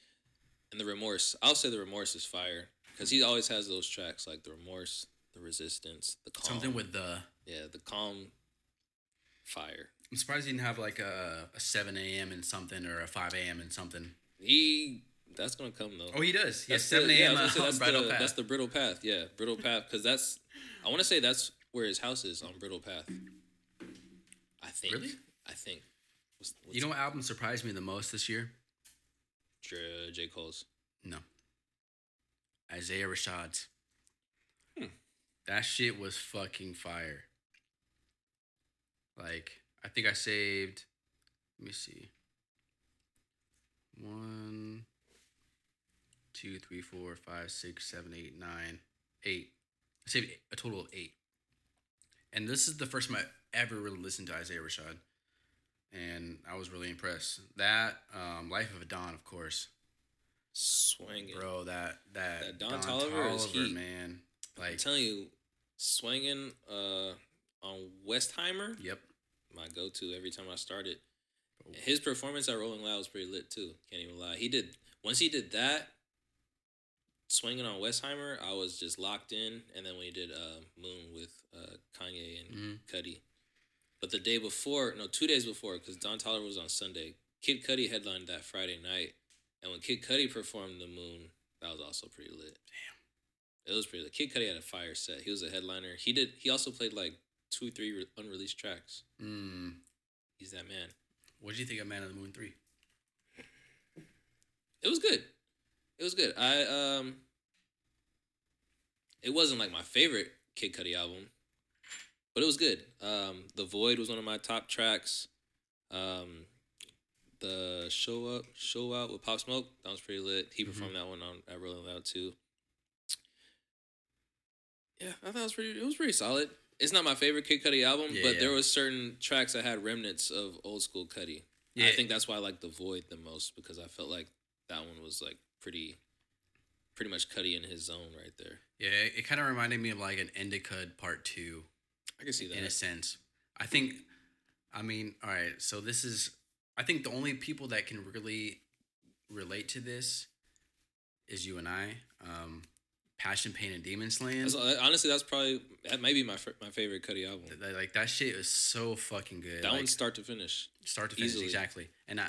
S2: and the remorse. I'll say the remorse is fire because he always has those tracks like the remorse, the resistance, the calm.
S1: Something with the
S2: yeah, the calm. Fire.
S1: I'm surprised he didn't have like a, a seven AM and something or a five AM and something.
S2: He. That's gonna come though.
S1: Oh he does. He has
S2: That's
S1: seven
S2: the- yeah, I
S1: AM
S2: was gonna
S1: uh, on
S2: say that's
S1: Bridal
S2: the-
S1: Path.
S2: That's the brittle path. Yeah, brittle path. Because that's, I want to say that's where his house is on brittle path. I think.
S1: Really?
S2: I think. What's, what's
S1: you know what album surprised me the most this year?
S2: J, J. Cole's.
S1: No. Isaiah Rashad's. That shit was fucking fire. Like, I think I saved. Let me see. One, two, three, four, five, six, seven, eight, nine, eight. I saved a total of eight. And this is the first time I ever really listened to Isaiah Rashad. And I was really impressed. That, um, Life of a Don, of course.
S2: Swinging.
S1: Bro, that that,
S2: That Don Toliver is heat.
S1: man.
S2: I'm
S1: Like,
S2: telling you, swinging uh, on Westheimer,
S1: yep.
S2: my go to every time I started. His performance at Rolling Loud was pretty lit too. Can't even lie. He did once he did that, swinging on Westheimer. I was just locked in. And then when he did uh, Moon with uh, Kanye and
S1: Mhm.
S2: Cuddy, but the day before, no, two days before, because Don Toliver was on Sunday. Kid Cudi headlined that Friday night, and when Kid Cudi performed the Moon, that was also pretty lit. Damn, it was pretty lit. Kid Cudi had a fire set. He was a headliner. He did. He also played like two or three re- unreleased tracks.
S1: Mm.
S2: He's that man.
S1: What did you think of Man of the Moon three?
S2: it was good. It was good. I um it wasn't like my favorite Kid Cudi album, but it was good. Um The Void was one of my top tracks. Um the show up show out with Pop Smoke, that was pretty lit. He performed that one on at Rolling Loud too. Yeah, I thought it was pretty it was pretty solid. It's not my favorite Kid Cudi album,
S1: Yeah,
S2: but
S1: yeah.
S2: there was certain tracks that had remnants of old school Cudi. I think that's why I like the void the most because I felt like that one was like pretty, pretty much Cuddy in his zone right there.
S1: yeah, it, kind of reminded me of like an Endicud Part Two
S2: I can see that.
S1: in a sense. I think, I mean, all right. So this is, I think the only people that can really relate to this is you and I. Um, Passion, Pain, and Demon Slaying.
S2: That's- uh, honestly, that's probably that may be my fir- my favorite Cuddy album.
S1: Th- th- like that shit is so fucking good.
S2: that one
S1: Like,
S2: start to finish.
S1: start to finish
S2: Easily.
S1: exactly and i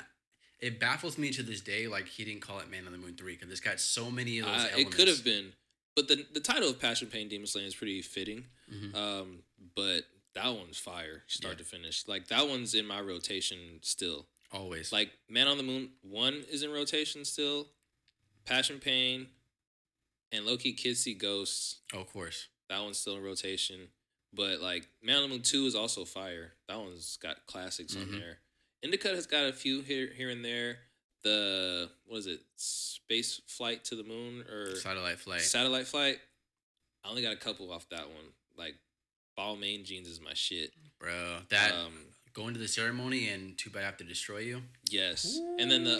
S1: it baffles me to this day like he didn't call it man on the moon 3 because it's got so many of those
S2: I, Uh, it
S1: elements
S2: could have been, but the the title of Passion, Pain, Demon Slaying is pretty fitting.
S1: Mhm.
S2: Um, but that one's fire, start
S1: Yeah.
S2: to finish. Like that one's in my rotation still.
S1: always
S2: Like Man on the Moon one is in rotation still. Passion Pain, and Loki Kids See Ghosts.
S1: Oh, of course.
S2: That one's still in rotation. But like Man on the Moon 2 is also fire. That one's got classics
S1: Mhm.
S2: on there. Indica has got a few here here and there. The what is it? Space flight to the moon or
S1: Satellite flight.
S2: satellite flight. I only got a couple off that one. Like ball main jeans is my shit.
S1: Bro, that
S2: um
S1: going to the ceremony and too bad I have to destroy you.
S2: yes. And then the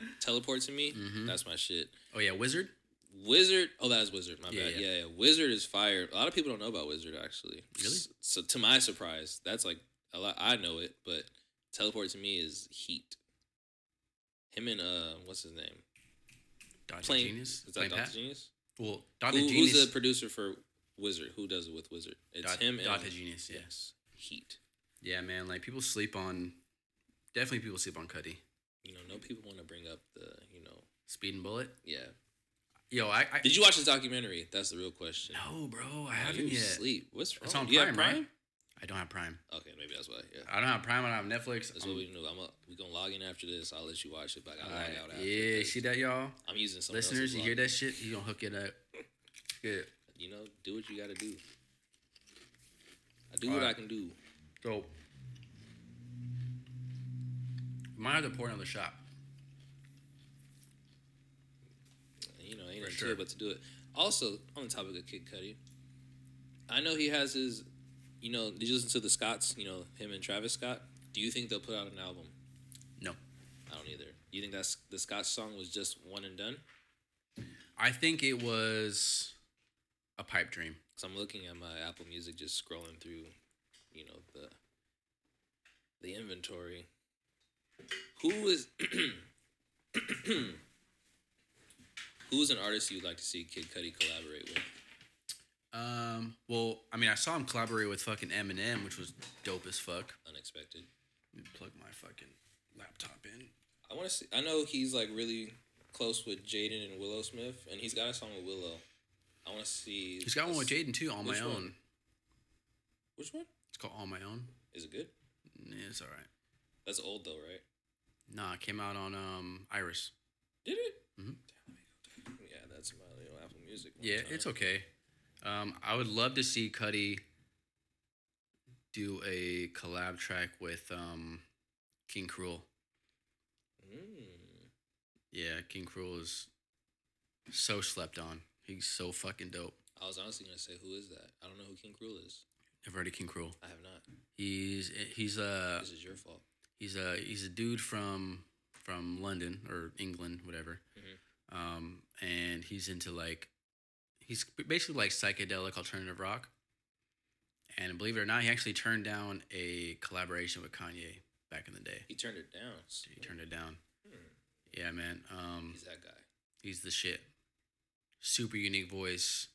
S2: uh teleport to me.
S1: Mhm.
S2: That's my shit.
S1: Oh yeah, wizard.
S2: Wizard. Oh, that is Wizard. My
S1: Yeah, yeah.
S2: bad. Yeah. yeah, Wizard is fire. A lot of people don't know about Wizard actually.
S1: Really?
S2: S- So, to my surprise, that's like a lot. I know it, but teleport to me is heat. Him and uh, what's his name?
S1: Doctor
S2: Plain-
S1: Genius.
S2: Is that
S1: Plain
S2: Doctor
S1: Pat?
S2: Genius?
S1: Well,
S2: Who,
S1: Doctor
S2: who's
S1: Genius.
S2: the producer for Wizard? Who does it with Wizard? It's
S1: Doc-
S2: him and
S1: Doctor Genius. Yeah.
S2: Yes, heat.
S1: Yeah, man. Like people sleep on. Definitely, people sleep on Cuddy.
S2: You know, no people want to bring up the. You know,
S1: Speed and Bullet.
S2: yeah.
S1: Yo, I. I
S2: Did you watch his documentary? That's the real question.
S1: no, bro. I
S2: Why
S1: haven't
S2: you
S1: yet.
S2: Sleep. What's wrong?
S1: It's on
S2: You have
S1: Prime, right? I don't have Prime.
S2: Okay, maybe that's why. Yeah.
S1: I don't have Prime. I don't have Netflix.
S2: That's
S1: I'm-
S2: what we do. I'm a, we gonna log in after this. I'll let you watch it, but I gotta
S1: Alright,
S2: log out after.
S1: yeah,
S2: because
S1: see that, y'all.
S2: I'm using some
S1: Listeners, you hear that shit? You gonna hook it up? Good.
S2: You know, do what you gotta do. I do what I
S1: Alright.
S2: can do.
S1: So, might have to pour another shot.
S2: And, you know, ain't
S1: For
S2: nothing
S1: sure.
S2: to it but to do it. Also, on the topic of Kid Cudi, I know he has his. You know, did you listen to the Scotts? You know, him and Travis Scott. Do you think they'll put out an album?
S1: No.
S2: I don't either. You think that's the Scotts song was just one and done?
S1: I think it was a pipe dream.
S2: Cause I'm looking at my Apple Music, just scrolling through, you know the the inventory. Who is who's an artist you'd like to see Kid Cudi collaborate with?
S1: Um, well, I mean, I saw him collaborate with fucking Eminem, which was dope as fuck.
S2: Unexpected.
S1: Let me plug my fucking laptop in.
S2: I want to see. I know he's like really close with Jaden and Willow Smith, and he's got a song with Willow. I want to see.
S1: He's got one with Jaden too, on my
S2: Which
S1: own.
S2: one? Which one
S1: It's called On My Own.
S2: is it good?
S1: Yeah, it's all right.
S2: That's old though, right?
S1: Nah, it came out on um Iris.
S2: Did it?
S1: Mhm.
S2: Damn, yeah, that's my you know, Apple Music. one
S1: Yeah,
S2: time.
S1: it's okay. Um, I would love to see Cuddy do a collab track with um, King Cruel.
S2: Mm.
S1: Yeah, King Cruel is so slept on. He's so fucking dope.
S2: I was honestly gonna say, who is that? I don't know who King Cruel is.
S1: Never heard of King Cruel.
S2: I have not.
S1: He's he's uh, a
S2: this is your fault.
S1: he's a he's a dude from from London or England, whatever.
S2: Mhm.
S1: Um, and he's into like he's basically like psychedelic alternative rock. And believe it or not, he actually turned down a collaboration with Kanye back in the day.
S2: He turned it down. So
S1: He turned it down.
S2: Hmm.
S1: Yeah, man. Um,
S2: He's that guy.
S1: he's the shit. Super unique voice.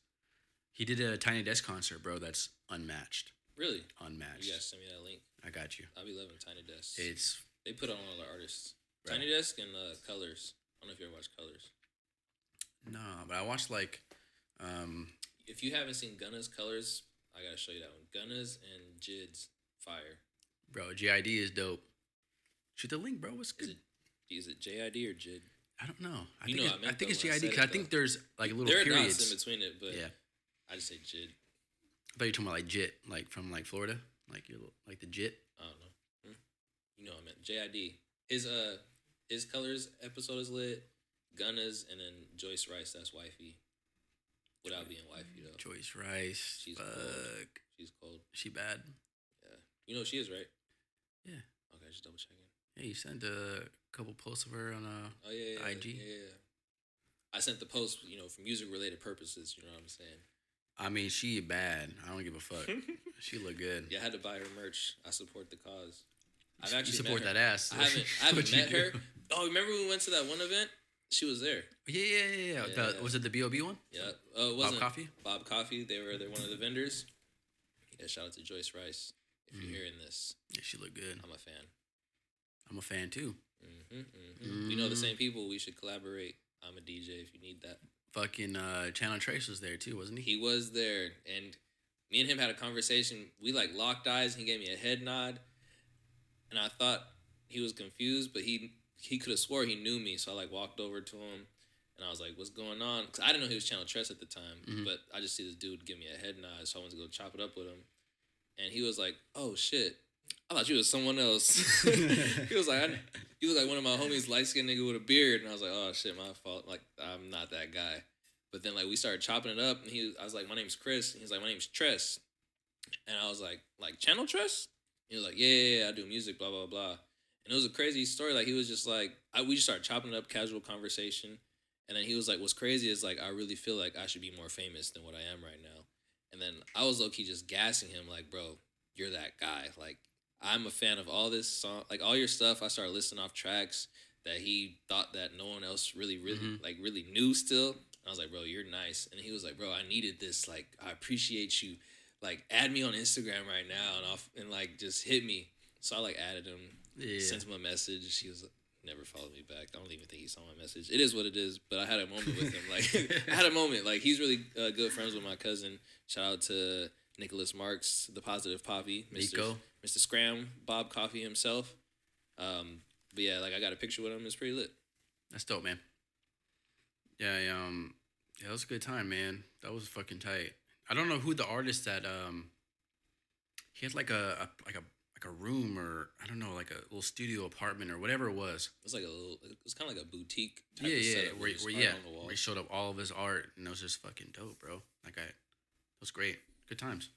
S1: He did a Tiny Desk concert, bro. That's unmatched.
S2: Really?
S1: Unmatched.
S2: You guys send me that link.
S1: I got you.
S2: I'll be loving Tiny Desk.
S1: It's
S2: They put on all the artists.
S1: Right.
S2: Tiny Desk and uh, Colors. I don't know if you ever watched Colors.
S1: nah, but I watched like, um,
S2: If you haven't seen Gunna's Colors, I gotta show you that one. Gunna's and Jid's Fire.
S1: Bro, GID is dope. Shoot the link, bro. What's
S2: Is
S1: good?
S2: it is it JID or Jid?
S1: I don't know. I
S2: You
S1: think
S2: know
S1: it's,
S2: what I
S1: I,
S2: meant,
S1: think it's
S2: though, when I
S1: GID
S2: said
S1: because I
S2: it,
S1: think
S2: though.
S1: there's like little
S2: there are dots in
S1: periods.
S2: between it, but
S1: yeah,
S2: I just say Jid.
S1: I thought you were talking about like JIT, like from like Florida, like your little- like the JIT.
S2: I don't know. Hmm? You know what I meant. JID. His uh his colors episode is lit. Gunna's and then Joyce Rice, that's wifey. Without being wifey though.
S1: Joyce Rice,
S2: Oh. She's
S1: fuck,
S2: cold. She's cold.
S1: she bad.
S2: Yeah. You know who she is, right?
S1: Yeah.
S2: Okay, just double checking.
S1: Hey, you sent a couple posts of her on uh, a.
S2: Oh yeah, yeah, yeah,
S1: IG?
S2: Yeah, yeah. I sent the post, you know, for music related purposes, you know what I'm saying?
S1: I mean, she bad. I don't give a fuck. she look good.
S2: Yeah, I had to buy her merch. I support the cause. I've
S1: You
S2: actually
S1: support
S2: met her.
S1: that ass.
S2: I haven't I
S1: What
S2: haven't
S1: you
S2: met her.
S1: do.
S2: Oh, remember we went to that one event? She was there.
S1: Yeah, yeah, yeah. yeah.
S2: Yeah,
S1: the,
S2: yeah.
S1: Was it the B.O.B. one?
S2: Yeah. Oh, it wasn't
S1: Coffee?
S2: Bob Coffee. They were they're one of the vendors. Yeah, shout out to Joyce Rice. If you're hearing this,
S1: Yeah, she look good.
S2: I'm a fan.
S1: I'm a fan too.
S2: hmm We know the same people. We should collaborate. I'm a DJ if you need that.
S1: Fucking uh, Channel Trace was there too, wasn't
S2: He was there, and me and him had a conversation. We like locked eyes, and he gave me a head nod, and I thought he was confused, but he he could have swore he knew me. So I like walked over to him, and And I was like, "What's going on?" Because I didn't know he was Channel Tress at the time,
S1: Mhm.
S2: but I just see this dude give me a head nod, so I went to go chop it up with him, and he was like, "Oh shit, I thought you was someone else." he was like, I, "You look like one of my homies, light skinned nigga with a beard," and I was like, "Oh shit, my fault. Like I'm not that guy." But then like we started chopping it up, and he, I was like, "My name's Chris," and he's like, "My name's Tress," and I was like, "Like Channel Tress?" He was like, "Yeah, yeah, yeah, I do music, blah blah blah." And it was a crazy story. Like he was just like, I, we just started chopping it up, casual conversation. And then he was like, "What's crazy is like I really feel like I should be more famous than what I am right now." And then I was low key just gassing him, like, "Bro, you're that guy. Like, I'm a fan of all this song, like all your stuff." I started listening off tracks that he thought that no one else really, really,
S1: Mhm.
S2: like, really knew. Still, And I was like, "Bro, you're nice." And he was like, "Bro, I needed this. Like, I appreciate you. Like, add me on Instagram right now and off and like just hit me." So I like added him
S1: Yeah.
S2: sent him a message. He was never followed me back. I don't even think he saw my message. It is what it is. But I had a moment with him. Like I had a moment. Like he's really uh, good friends with my cousin. Shout out to Nicholas Marks, the Positive Poppy, Mr.
S1: Nico.
S2: Mr. Scram, Bob Coffee himself. Um, but yeah, like I got a picture with him. It's pretty lit.
S1: That's dope, man. Yeah, I, um, yeah, that was a good time, man. That was fucking tight. I don't know who the artist that um, he had like a, a like a like a room or I don't know like a little studio apartment or whatever it was.
S2: It's like a little. It's kind of like a boutique.
S1: Yeah, yeah,
S2: setup with
S1: where,
S2: just
S1: where
S2: art
S1: yeah,
S2: on the wall.
S1: where he showed up all of his art and it was just fucking dope, bro. Like I, it was great. Good times.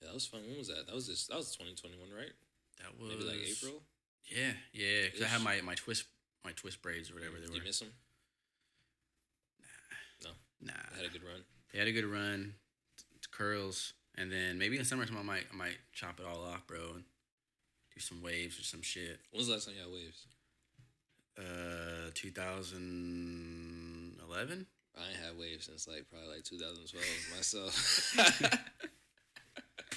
S2: Yeah, that was fun. When was that? That was just that was twenty twenty one, right?
S1: That was
S2: Maybe like April.
S1: Yeah, yeah. Cause I had
S2: Ish.
S1: my my twist my twist braids or whatever they
S2: Did
S1: were.
S2: you miss him?
S1: Nah,
S2: I had a good run.
S1: They had a good run, t- t- curls, and then maybe in summertime I might I might chop it all off, bro, and do some waves or some shit.
S2: When was the last time you had waves?
S1: Uh, 2011.
S2: I ain't had waves since like probably like 2012 myself.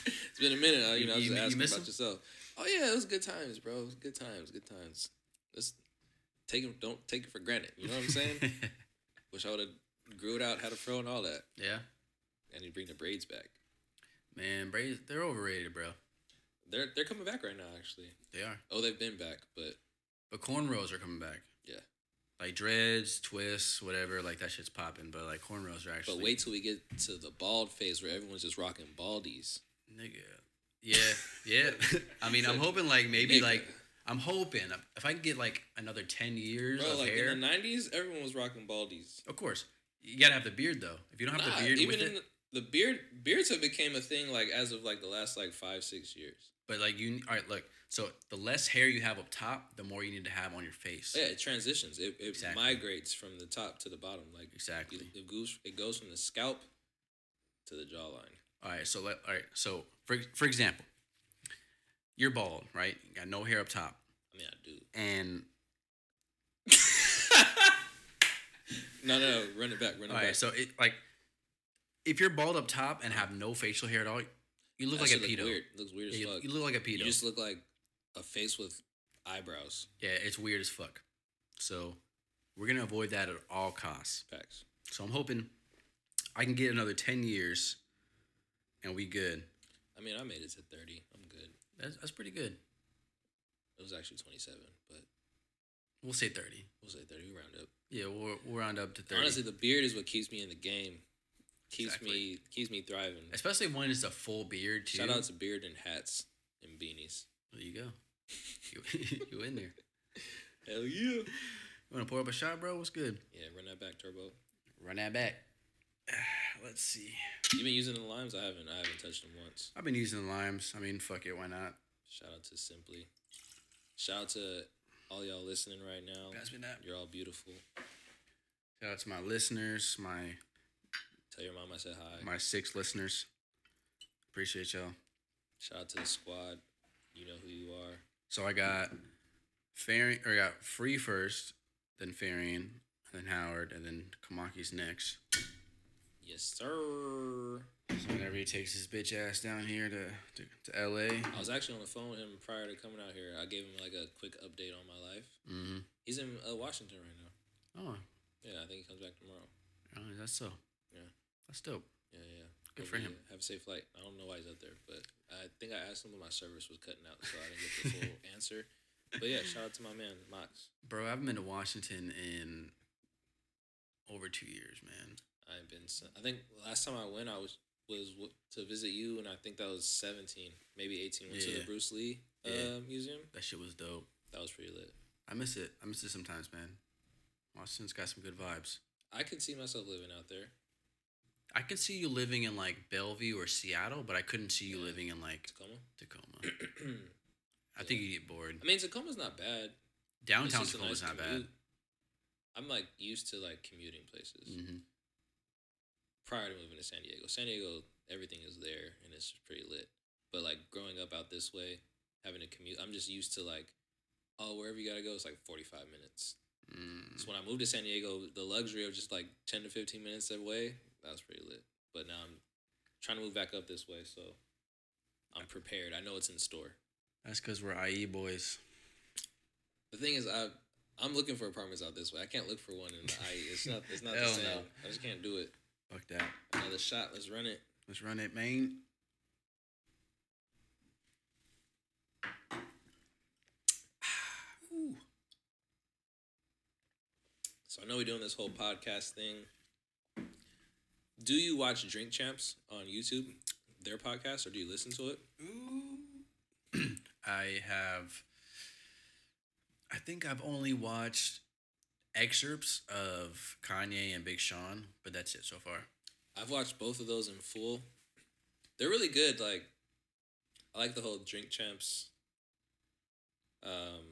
S2: it's been a minute. I, you,
S1: You-
S2: know, I was
S1: you-
S2: just
S1: you
S2: asking
S1: miss
S2: about
S1: them?
S2: yourself. Oh yeah, it was good times, bro. It was good times, good times. Just take 'em- Don't take it for granted. You know what I'm saying? Wish I would have grew it out, had a fro and all that,
S1: yeah,
S2: and you bring the braids back.
S1: man, braids they're overrated, bro.
S2: They're they're coming back right now, actually.
S1: They are.
S2: Oh, they've been back, but
S1: But cornrows are coming back.
S2: Yeah.
S1: Like dreads, twists, whatever. Like that shit's popping. But like cornrows are actually.
S2: but wait till we get to the bald phase where everyone's just rocking baldies.
S1: Nigga. Yeah, yeah. I mean, I'm hoping like maybe
S2: Nigga.
S1: like I'm hoping uh, if I can get like another ten years
S2: Bro,
S1: of
S2: like
S1: hair.
S2: in the '90s, everyone was rocking baldies.
S1: Of course, you gotta have the beard though. If you don't have
S2: Nah,
S1: the beard
S2: even
S1: with it,
S2: in the, the beard beards have became a thing like as of like the last like five six years.
S1: but like you, all right, look. So the less hair you have up top, the more you need to have on your face.
S2: Yeah, it transitions. It, it
S1: Exactly.
S2: migrates from the top to the bottom. Like
S1: Exactly.
S2: it, it goes it goes from the scalp to the jawline.
S1: All right. So let all right. So for for example, you're bald, right? You got no hair up top,
S2: I mean, I do.
S1: and
S2: No, no, no run it back, run it
S1: all right.
S2: back.
S1: So it like if you're bald up top and have no facial hair at all, you look
S2: That
S1: like a
S2: shit look
S1: pedo.
S2: Weird. Looks weird
S1: Yeah,
S2: as
S1: you,
S2: fuck.
S1: you
S2: You,
S1: look like a pedo.
S2: just look like a face with eyebrows.
S1: yeah, it's weird as fuck. So we're gonna avoid that at all costs.
S2: Facts.
S1: So I'm hoping I can get another 10 years and we good.
S2: I mean, I made it to thirty. I'm good.
S1: That's, that's pretty good.
S2: It was actually twenty seven, but
S1: We'll say 30.
S2: we'll say thirty. We round up.
S1: Yeah, we'll, we'll round up to 30.
S2: Honestly, the beard is what keeps me in the game. Keeps
S1: Exactly.
S2: me keeps me thriving.
S1: Especially when it's a full beard, too.
S2: Shout out to beard and hats and beanies.
S1: There you go. You, you in there.
S2: Hell yeah!
S1: You want to pour up a shot, bro? What's good?
S2: Yeah, run that back, Turbo.
S1: Run that back. Let's see.
S2: You've been using the limes. I haven't. I haven't touched them once.
S1: I've been using the limes. I mean, fuck it. Why not?
S2: Shout out to Simply. Shout out to all y'all listening right now.
S1: Pass me that.
S2: You're all beautiful.
S1: Shout out to my listeners, my
S2: Tell your mom I said hi.
S1: my six listeners. Appreciate y'all.
S2: Shout out to the squad. You know who you are.
S1: So I got Farian, or I got Free first, then Farian, then Howard, and then Kamaki's next.
S2: Yes, sir.
S1: So whenever he takes his bitch ass down here to to, to L.A.
S2: I was actually on the phone with him prior to coming out here. I gave him like a quick update on my life.
S1: Mm-hmm.
S2: He's in uh, Washington right now.
S1: Oh,
S2: Yeah, I think he comes back tomorrow.
S1: oh, that's so.
S2: Yeah.
S1: That's dope.
S2: Yeah, yeah.
S1: Good for
S2: Hopefully,
S1: him.
S2: uh, Have a safe flight. I don't know why he's out there, but I think I asked him when my service was cutting out, so I didn't get the full answer. But yeah, shout out to my man Mox.
S1: Bro, I haven't been to Washington in over two years, man.
S2: I've been. s- I think last time I went, I was was w- to visit you, and I think that was seventeen, maybe eighteen. Went to
S1: Yeah.
S2: the Bruce Lee uh,
S1: Yeah.
S2: museum.
S1: That shit was dope.
S2: That was pretty lit.
S1: I miss it. I miss it sometimes, man. Washington's got some good vibes.
S2: I could see myself living out there.
S1: I could see you living in like Bellevue or Seattle, but I couldn't see you living in like
S2: Tacoma.
S1: Tacoma. I think you get bored.
S2: I mean, Tacoma's not bad. It's
S1: Downtown
S2: just a
S1: Tacoma's
S2: nice
S1: not bad.
S2: commute. I'm like used to like commuting places
S1: hmm
S2: prior to moving to San Diego. San Diego, everything is there and it's pretty lit. But like growing up out this way, having to commute, I'm just used to like, oh, wherever you gotta go, it's like 45 minutes.
S1: Mm.
S2: So when I moved to San Diego, the luxury of just like 10 to 15 minutes away, that was pretty lit. But now I'm trying to move back up this way, so I'm prepared. I know what's in store.
S1: That's because we're IE boys.
S2: The thing is, I I'm looking for apartments out this way. I can't look for one in the IE. It's not it's not the
S1: Hell
S2: same.
S1: no.
S2: I just can't do it.
S1: Fuck that.
S2: Another shot. Let's run it.
S1: Let's run it, man. Ooh.
S2: So I know we're doing this whole podcast thing. Do you watch Drink Champs on YouTube, their podcast, or do you listen to it?
S1: Ooh. I have. I think I've only watched excerpts of Kanye and Big Sean, but that's it so far.
S2: I've watched both of those in full. They're really good. Like, I like the whole Drink Champs. Um,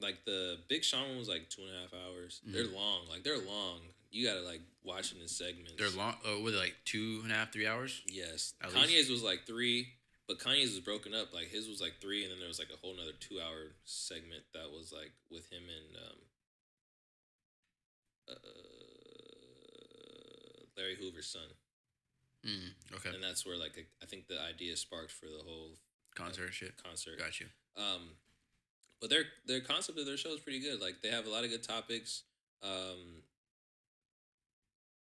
S2: like the Big Sean one was like two and a half hours. They're long. Like they're long. You gotta like watch them in segments.
S1: They're long. Oh, were they like two and a half, three hours?
S2: Yes.
S1: At
S2: Kanye's was like three, but Kanye's was broken up. Like his was like three, and then there was like a whole nother two hour segment that was like with him and um, uh, Larry Hoover's son.
S1: Mm, okay.
S2: And that's where like I think the idea sparked for the whole
S1: Concert shit.
S2: concert.
S1: Got you.
S2: Um, but their their concept of their show is pretty good. Like they have a lot of good topics. Um,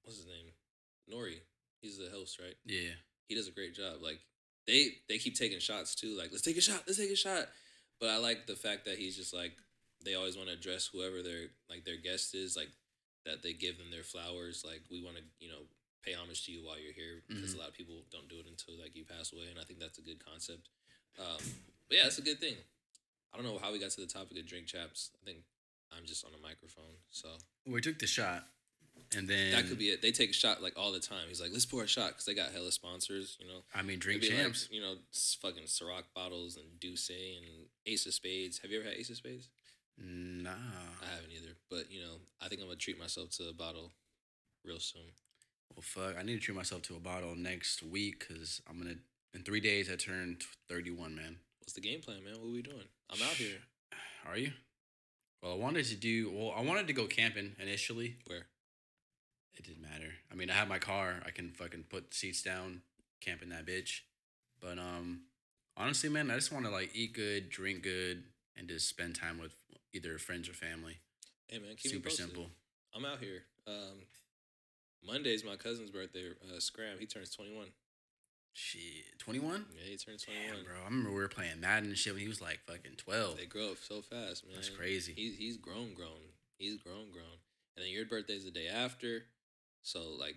S2: what's his name? Nori. He's the host, right?
S1: Yeah.
S2: he does a great job. Like they they keep taking shots too. Like let's take a shot, let's take a shot. But I like the fact that he's just like they always want to address whoever their like their guest is. Like that they give them their flowers. Like we want to you know pay homage to you while you're here because
S1: Mhm.
S2: a lot of people don't do it until like you pass away. And I think that's a good concept. Um, but yeah, it's a good thing. I don't know how we got to the topic of drink chaps. I think I'm just on a microphone, so
S1: We took the shot, and then
S2: that could be it. They take a shot like all the time. He's like, "Let's pour a shot" because they got hella sponsors, you know.
S1: I mean, drink
S2: It'd be like,
S1: champs.
S2: you know, s- fucking Ciroc bottles and Douce and Ace of Spades. Have you ever had Ace of Spades?
S1: nah.
S2: I haven't either. But, you know, I think I'm going to treat myself to a bottle real soon.
S1: Well, fuck. I need to treat myself to a bottle next week because I'm gonna. In three days, I turn t- 31, man.
S2: What's the game plan, man? What we doing? I'm out here.
S1: Are you? Well, I wanted to do. Well, I wanted to go camping initially.
S2: Where?
S1: It didn't matter. I mean, I have my car. I can fucking put seats down, camping that bitch. But um, honestly, man, I just want to like eat good, drink good, and just spend time with either friends or family.
S2: Hey, man, keep
S1: Super
S2: me posted.
S1: simple.
S2: I'm out here. Um, Monday's my cousin's birthday. Uh, Scram, he turns 21.
S1: Shit, 21.
S2: Yeah, he turns 21.
S1: Damn, bro. I remember we were playing Madden and shit when he was like fucking 12.
S2: They grow up so fast, man.
S1: That's crazy.
S2: He's he's grown, grown. He's grown, grown. And then your birthday's the day after, so like,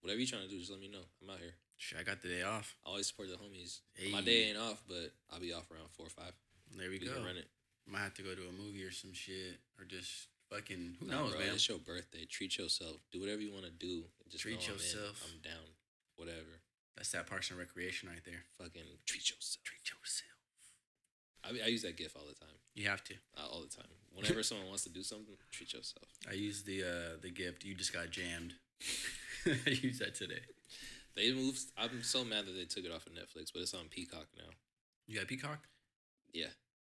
S2: whatever you're trying to do, just let me know. I'm out here.
S1: Shit, I got the day off.
S2: I always support the homies.
S1: Hey.
S2: My day ain't off, but I'll be off around four or five.
S1: There we
S2: We
S1: go.
S2: can run it.
S1: Might have to go to a movie or some shit, or just fucking who
S2: Nah,
S1: knows,
S2: bro,
S1: man.
S2: It's your birthday. Treat yourself. Do whatever you want to do. Just
S1: Treat
S2: know I'm in.
S1: yourself.
S2: I'm down. Whatever.
S1: That's that Parks and Recreation right there.
S2: Fucking treat yourself.
S1: Treat yourself.
S2: I, I use that gif all the time.
S1: You have to.
S2: Uh, all the time. Whenever someone wants to do something, treat yourself.
S1: I used the uh the gift. You just got jammed. I used that today.
S2: They moved. I'm so mad that they took it off of Netflix, but it's on Peacock now.
S1: You got Peacock?
S2: Yeah,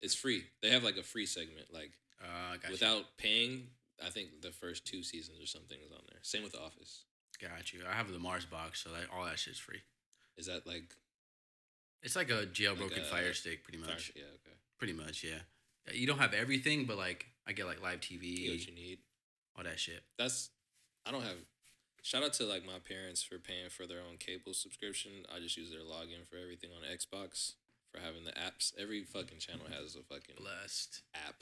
S2: it's free. They have like a free segment, like
S1: Uh, got
S2: without paying. I think the first two seasons or something is on there. Same with The Office.
S1: you. Got you. I have the Mars box, so that all that shit's free.
S2: Is that like
S1: It's like a jailbroken
S2: a-
S1: Fire Stick, pretty much.
S2: Yeah, okay.
S1: Pretty much, yeah. Yeah, You don't have everything, but like I get like live
S2: You get what
S1: TV,
S2: you need.
S1: all that shit.
S2: That's I don't have. Shout out to like my parents for paying for their own cable subscription. I just use their login for everything on Xbox for having the apps. Every fucking channel has a fucking
S1: Blessed.
S2: app.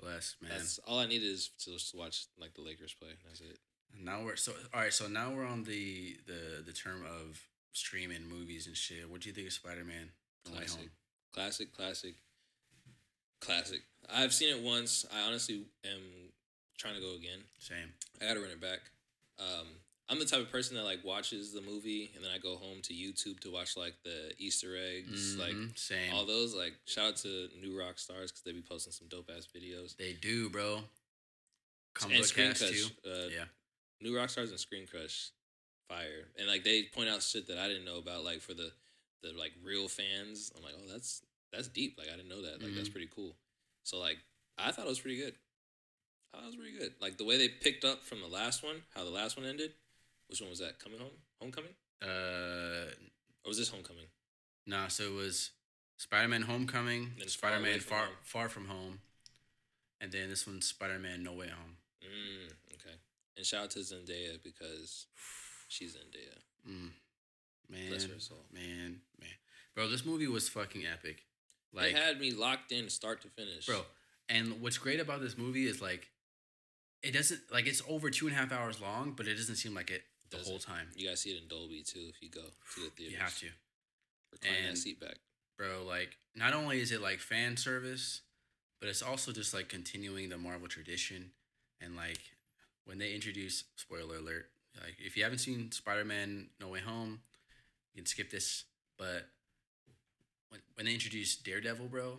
S1: Bless, man.
S2: That's all I needed is to just watch like the Lakers play. That's it.
S1: Now we're so all right. So now we're on the the the term of streaming movies and shit. What do you think of Spider Man?
S2: Classic, classic, classic, classic. I've seen it once. I honestly am trying to go again.
S1: Same.
S2: I gotta run it back. Um, I'm the type of person that like watches the movie and then I go home to YouTube to watch like the Easter eggs, like
S1: Mhm, same.
S2: all those. Like shout out to New Rock Stars because they be posting some dope ass videos
S1: they do, bro. Come
S2: and
S1: look
S2: Screen
S1: cast
S2: Crush.
S1: too.
S2: Uh,
S1: yeah.
S2: New Rock Stars and Screen Crush, fire. And like they point out shit that I didn't know about. Like for the the like real fans, I'm like, oh, that's that's deep. Like I didn't know that. Like
S1: Mm-hmm.
S2: that's pretty cool. So like I thought it was pretty good. I thought it was pretty good. Like the way they picked up from the last one, how the last one ended. Which one was that? Coming home, homecoming,
S1: Uh,
S2: or was this homecoming?
S1: nah. So it was Spider Man Homecoming,
S2: Then Far
S1: Spider
S2: Away
S1: Man
S2: From
S1: Far
S2: Home.
S1: Far From Home, and then this one's Spider Man No Way Home.
S2: Mm, okay. And shout out to Zendaya because she's Zendaya.
S1: Mm. Man,
S2: Bless her soul.
S1: man, man, bro. This movie was fucking epic.
S2: They
S1: Like,
S2: had me locked in start to finish,
S1: bro. And what's great about this movie is like, it doesn't like it's over two and a half hours long, but it doesn't seem like it the
S2: Doesn't.
S1: whole time.
S2: You gotta see it in Dolby too if you go to the theater.
S1: You have to,
S2: recline that
S1: And-
S2: seat back.
S1: bro. Like, not only is it like fan service, but it's also just like continuing the Marvel tradition. And like, when they introduce spoiler alert, like if you haven't seen Spider Man No Way Home, you can skip this. But when when they introduce Daredevil, bro,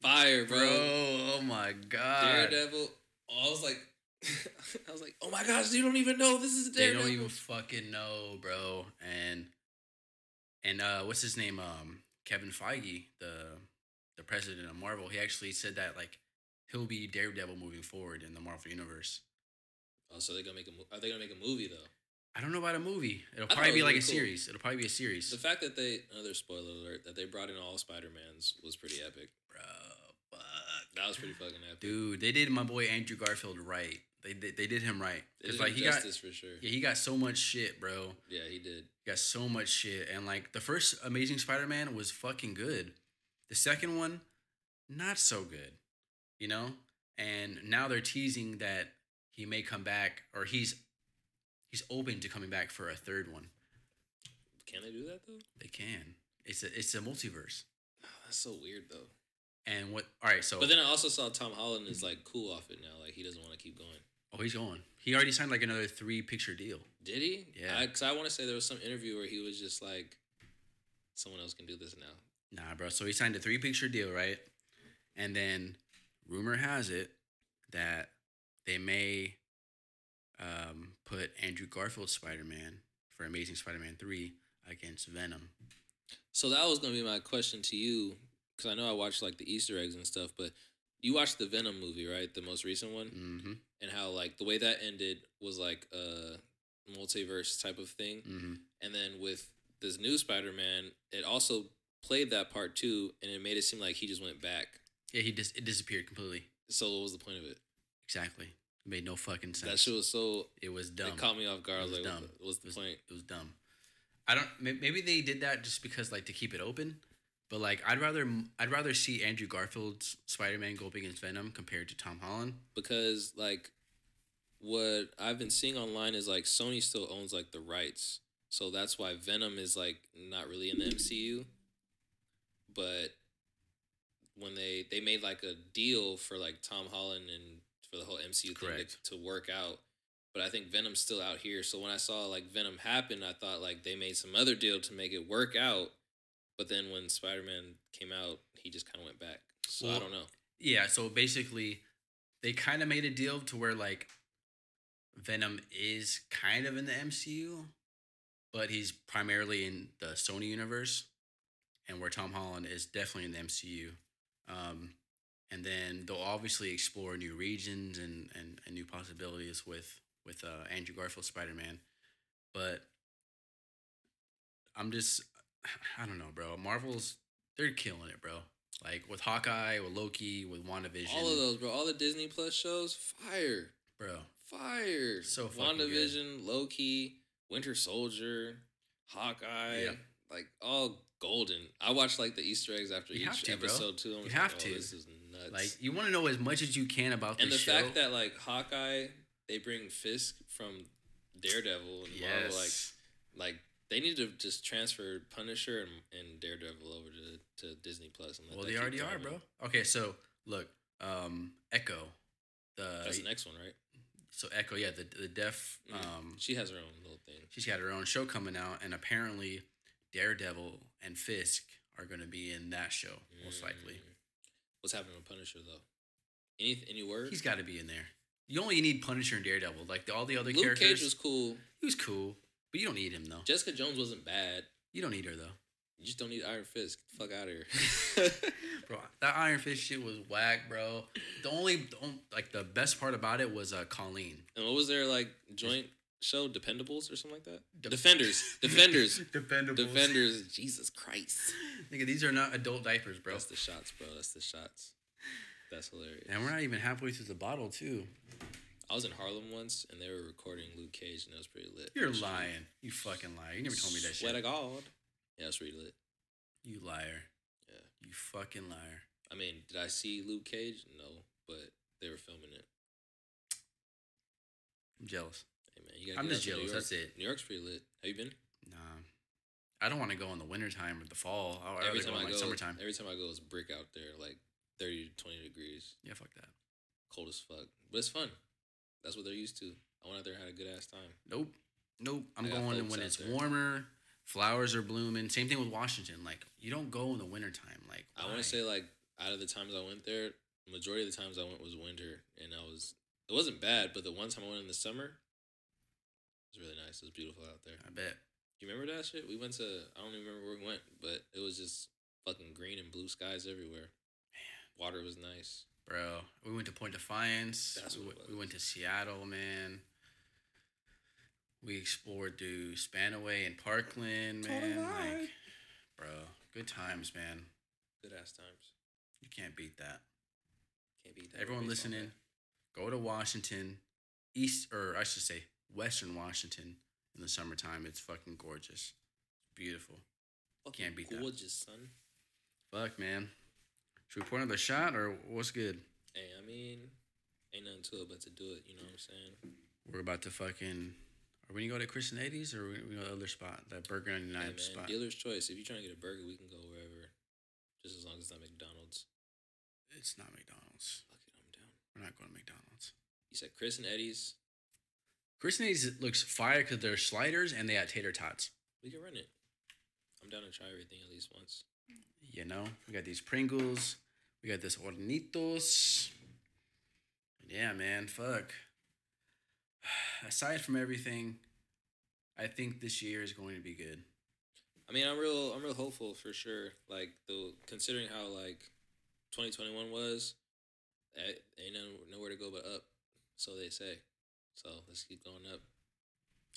S2: Fire,
S1: bro,
S2: bro.
S1: oh my god,
S2: Daredevil. Oh, I was like, I was like, oh my gosh, you don't even know this is
S1: they
S2: Daredevil.
S1: don't even fucking know, bro. And and uh, what's his name? Um, Kevin Feige, the the president of Marvel, he actually said that like he'll be Daredevil moving forward in the Marvel universe.
S2: oh, so they're gonna make a. mo- Are they gonna make a movie though?
S1: I don't know about a movie. It'll
S2: thought
S1: probably
S2: it
S1: be
S2: was
S1: like
S2: really
S1: a
S2: cool.
S1: series. It'll probably be a series,
S2: The fact that they another spoiler alert that they brought in all Spider Mans was pretty epic.
S1: bro. Fuck,
S2: That was pretty fucking epic.
S1: dude. They did my boy Andrew Garfield right. They they, they did him right.
S2: They
S1: 'Cause,
S2: did
S1: like
S2: him
S1: he got
S2: justice for sure.
S1: yeah, he got so much shit, bro.
S2: Yeah, he did.
S1: got so much shit. And like the first Amazing Spider Man was fucking good. The second one, not so good. You know? And now they're teasing that he may come back or he's he's open to coming back for a third one.
S2: Can they do that though?
S1: They can. It's a it's a multiverse.
S2: Oh, that's so weird though.
S1: And what all right, so
S2: But then I also saw Tom Holland is like cool off it now. Like he doesn't want to keep going.
S1: oh he's going. He already signed like another three picture deal.
S2: Did he?
S1: Yeah.
S2: Because I, want to say there was some interview where he was just like, someone else can do this now.
S1: Nah, bro. So he signed a three picture deal, right? And then rumor has it that they may um, put Andrew Garfield's Spider Man for Amazing Spider Man 3 against Venom.
S2: So that was gonna be my question to you, because I know I watched like the Easter eggs and stuff, but you watched the Venom movie, right? The most recent one,
S1: Mm
S2: and how like the way that ended was like a multiverse type of thing,
S1: hmm. Mm
S2: and then with this new Spider-Man, it also played that part too, and it made it seem like he just went back.
S1: Yeah, he dis- it disappeared completely.
S2: So what was the point of it?
S1: Exactly. made no fucking sense.
S2: That shit was so.
S1: it was dumb.
S2: It caught me off guard.
S1: It was
S2: like,
S1: dumb.
S2: what was
S1: It
S2: the point?
S1: It was dumb. I don't. may- Maybe they did that just because like to keep it open, but like I'd rather I'd rather see Andrew Garfield's Spider Man go up against Venom compared to Tom Holland.
S2: because like what I've been seeing online is like Sony still owns like the rights. So that's why Venom is like not really in the MCU. But when they they made like a deal for like Tom Holland and for the whole MCU thing
S1: Correct.
S2: to, to work out. But I think Venom's still out here. So when I saw like Venom happen, I thought like they made some other deal to make it work out. But then when Spider Man came out, he just kind of went back. So I
S1: Well,
S2: don't know.
S1: Yeah, so basically, they kind of made a deal to where like Venom is kind of in the MCU, but he's primarily in the Sony universe, and where Tom Holland is definitely in the MCU. Um, and then they'll obviously explore new regions and and, and new possibilities with with uh, Andrew Garfield Spider Man, but I'm just I don't know, bro. Marvel's they're killing it, bro. Like with Hawkeye, with Loki, with WandaVision,
S2: All of those, bro. All the Disney Plus shows, fire,
S1: bro.
S2: fire.
S1: So fucking good.
S2: WandaVision, Loki, Winter Soldier, Hawkeye,
S1: Yeah.
S2: like all golden. I watched like the Easter eggs after
S1: You have
S2: each
S1: to, bro.
S2: episode too. I'm
S1: You
S2: just
S1: have
S2: like, oh,
S1: to.
S2: This is nuts.
S1: Like you want to know as much as you can about
S2: and the
S1: this show.
S2: fact that like Hawkeye, they bring Fisk from Daredevil and Marvel, like
S1: yes,
S2: like they need to just transfer Punisher and, and Daredevil over to to Disney Plus. And let
S1: well
S2: that
S1: they
S2: keep
S1: already are,
S2: going.
S1: bro. Okay, so look, um, Echo, the
S2: That's the next one, right?
S1: so Echo, yeah, the the deaf,
S2: Mhm.
S1: um,
S2: She has her own little thing.
S1: she's got her own show coming out, and apparently Daredevil and Fisk are going to be in that show most likely.
S2: Mm. What's happening with Punisher though? Any any word?
S1: He's got to be in there. You only need Punisher and Daredevil. Like the, all the other
S2: Luke
S1: characters,
S2: Cage was cool.
S1: he was cool, but you don't need him though.
S2: Jessica Jones wasn't bad.
S1: You don't need her though.
S2: You just don't need Iron Fist. Get the Fuck out of here.
S1: Bro, that Iron Fist shit was whack, bro. The only, the on- like, the best part about it was uh, Colleen.
S2: And what was their like joint show? Dependables or something like that.
S1: Dep-
S2: Defenders. Defenders.
S1: Defendables.
S2: Defenders. Jesus Christ.
S1: Nigga, these are not adult diapers, bro.
S2: That's the shots, bro. That's the shots. That's hilarious.
S1: And we're not even halfway through the bottle, too.
S2: I was in Harlem once, and they were recording Luke Cage, and it was pretty lit.
S1: You're
S2: Actually.
S1: lying. You fucking liar. You never told me that
S2: Swear to
S1: shit.
S2: God. Yeah, it's pretty lit.
S1: You liar.
S2: Yeah.
S1: You fucking liar.
S2: I mean, did I see Luke Cage? No, but they were filming it.
S1: I'm jealous.
S2: Hey man, you gotta
S1: I'm
S2: get
S1: just
S2: out to New
S1: jealous,
S2: York.
S1: that's it.
S2: New York's pretty lit. Have you been?
S1: Nah. I don't want to go in the wintertime or the fall. I'd rather go in, like, summertime.
S2: every time I go, it's brick out there, like thirty to twenty degrees.
S1: yeah, fuck that.
S2: cold as fuck. But it's fun. That's what they're used to. I went out there and had a good ass time.
S1: Nope. Nope. I'm
S2: I got
S1: going
S2: folks
S1: when
S2: out
S1: it's
S2: there.
S1: warmer. Flowers are blooming. Same thing with Washington. Like, you don't go in the wintertime. Like,
S2: I want
S1: why?
S2: to say like out of the times I went there, majority of the times I went was winter, and I was it wasn't bad. But the one time I went in the summer, it was really nice. It was beautiful out there.
S1: I bet.
S2: You remember that shit? We went to I don't even remember where we went, but it was just fucking green and blue skies everywhere. Water was nice.
S1: Bro, we went to Point Defiance.
S2: That's
S1: we,
S2: what
S1: w-
S2: it
S1: we
S2: was.
S1: went to Seattle, man. We explored through Spanaway and Parkland, man. Like, bro, good times, man.
S2: Good ass times.
S1: You can't beat that.
S2: Can't beat that.
S1: Everyone
S2: Everybody's on
S1: listening, go to Washington, East, or I should say, Western Washington in the summertime. It's fucking gorgeous. Beautiful.
S2: that.
S1: can't beat that.
S2: Gorgeous son.
S1: Fuck, man. Should we pour another shot or what's good?
S2: Hey, I mean, ain't nothing to it but to do it. You know what I'm saying?
S1: We're about to fucking. Are we gonna go to Christian 80s or are we gonna go to the other spot? That Burger 99
S2: Hey, man,
S1: spot.
S2: dealer's choice. If you're trying to get a burger, we can go wherever, just as long as it's not McDonald's.
S1: It's not McDonald's.
S2: Fuck it, I'm down.
S1: We're not going to McDonald's.
S2: You said Chris and Eddie's.
S1: Christian 80s looks fire because they're sliders and they got tater tots.
S2: We can run it. I'm down to try everything at least once.
S1: You know, we got these Pringles. We got this Hornitos. Yeah, man, fuck. Aside from everything, I think this year is going to be good.
S2: I mean, I'm real. I'm real hopeful for sure. Like the considering how like 2021 was, eh, ain't no, nowhere to go but up. So they say. So let's keep going up.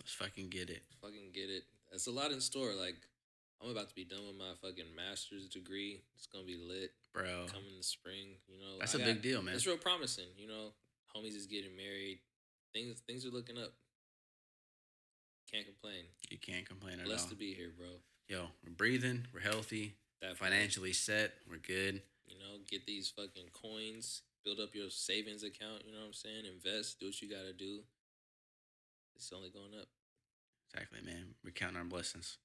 S1: Let's fucking get it.
S2: fucking get it. It's a lot in store. Like I'm about to be done with my fucking master's degree. It's gonna be lit.
S1: Bro,
S2: Coming the spring, you know.
S1: Oh. that's
S2: a
S1: a big deal, man.
S2: It's real promising, you know. Homies is getting married. Things things are looking up. Can't complain.
S1: You can't complain at all.
S2: Blessed to be here, bro.
S1: Yo, we're breathing, we're healthy,
S2: That
S1: financially set, we're good.
S2: you know, get these fucking coins, build up your savings account. You know what I'm saying? Invest, do what you gotta do. It's only going up.
S1: Exactly, man. We're counting our blessings.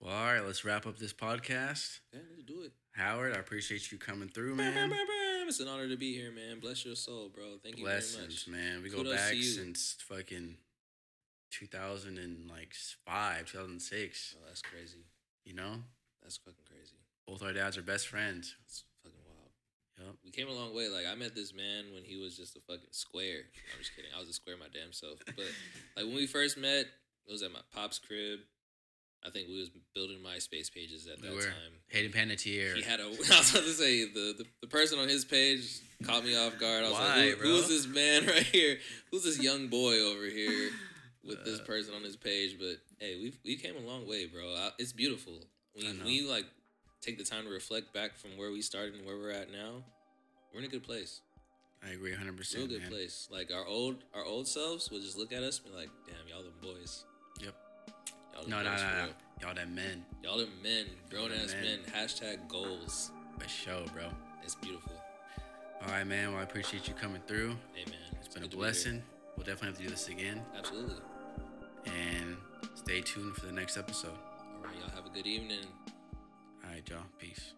S1: Well, all right, let's wrap up this podcast.
S2: Yeah, let's do it.
S1: Howard, I appreciate you coming through, man.
S2: It's an honor to be here, man. Bless your soul, bro. Thank you very much.
S1: Blessings, man. We go
S2: Kudos to
S1: back
S2: you.
S1: since fucking 2005, 2006.
S2: Oh, that's crazy.
S1: You know,
S2: That's fucking crazy.
S1: both our dads are best friends.
S2: That's fucking wild.
S1: Yep.
S2: We came a long way. Like I met this man when he was just a fucking square. I'm just kidding. I was a square my damn self. But like when we first met, it was at my pop's crib. I think we was building MySpace pages at
S1: We
S2: that
S1: were.
S2: time.
S1: Hayden Panettiere.
S2: He had a. I was about to say the, the, the person on his page caught me off guard. I was
S1: Why,
S2: like, Who,
S1: bro?
S2: who's this man right here? Who's this young boy over here with this
S1: Uh,
S2: person on his page? But hey, we we came a long way, bro. I, it's beautiful.
S1: I
S2: When
S1: know.
S2: we like take the time to reflect back from where we started and where we're at now, we're in a good place.
S1: I agree 100%.
S2: Real good
S1: man.
S2: place. Like our old our old selves would just look at us and be like, "Damn, y'all them boys."
S1: Yep.
S2: Y'all them
S1: No, no, no,
S2: boys for
S1: no.
S2: real.
S1: Y'all that men.
S2: Y'all them men, grown ass
S1: men.
S2: men. Hashtag goals.
S1: A show, bro.
S2: It's beautiful.
S1: All right, man. Well, I appreciate you coming through.
S2: Hey, man.
S1: It's been
S2: good
S1: a
S2: to be here.
S1: blessing. We'll definitely have to do this again.
S2: Absolutely.
S1: And stay tuned for the next episode.
S2: All right, y'all have a good evening.
S1: All right, y'all. Peace.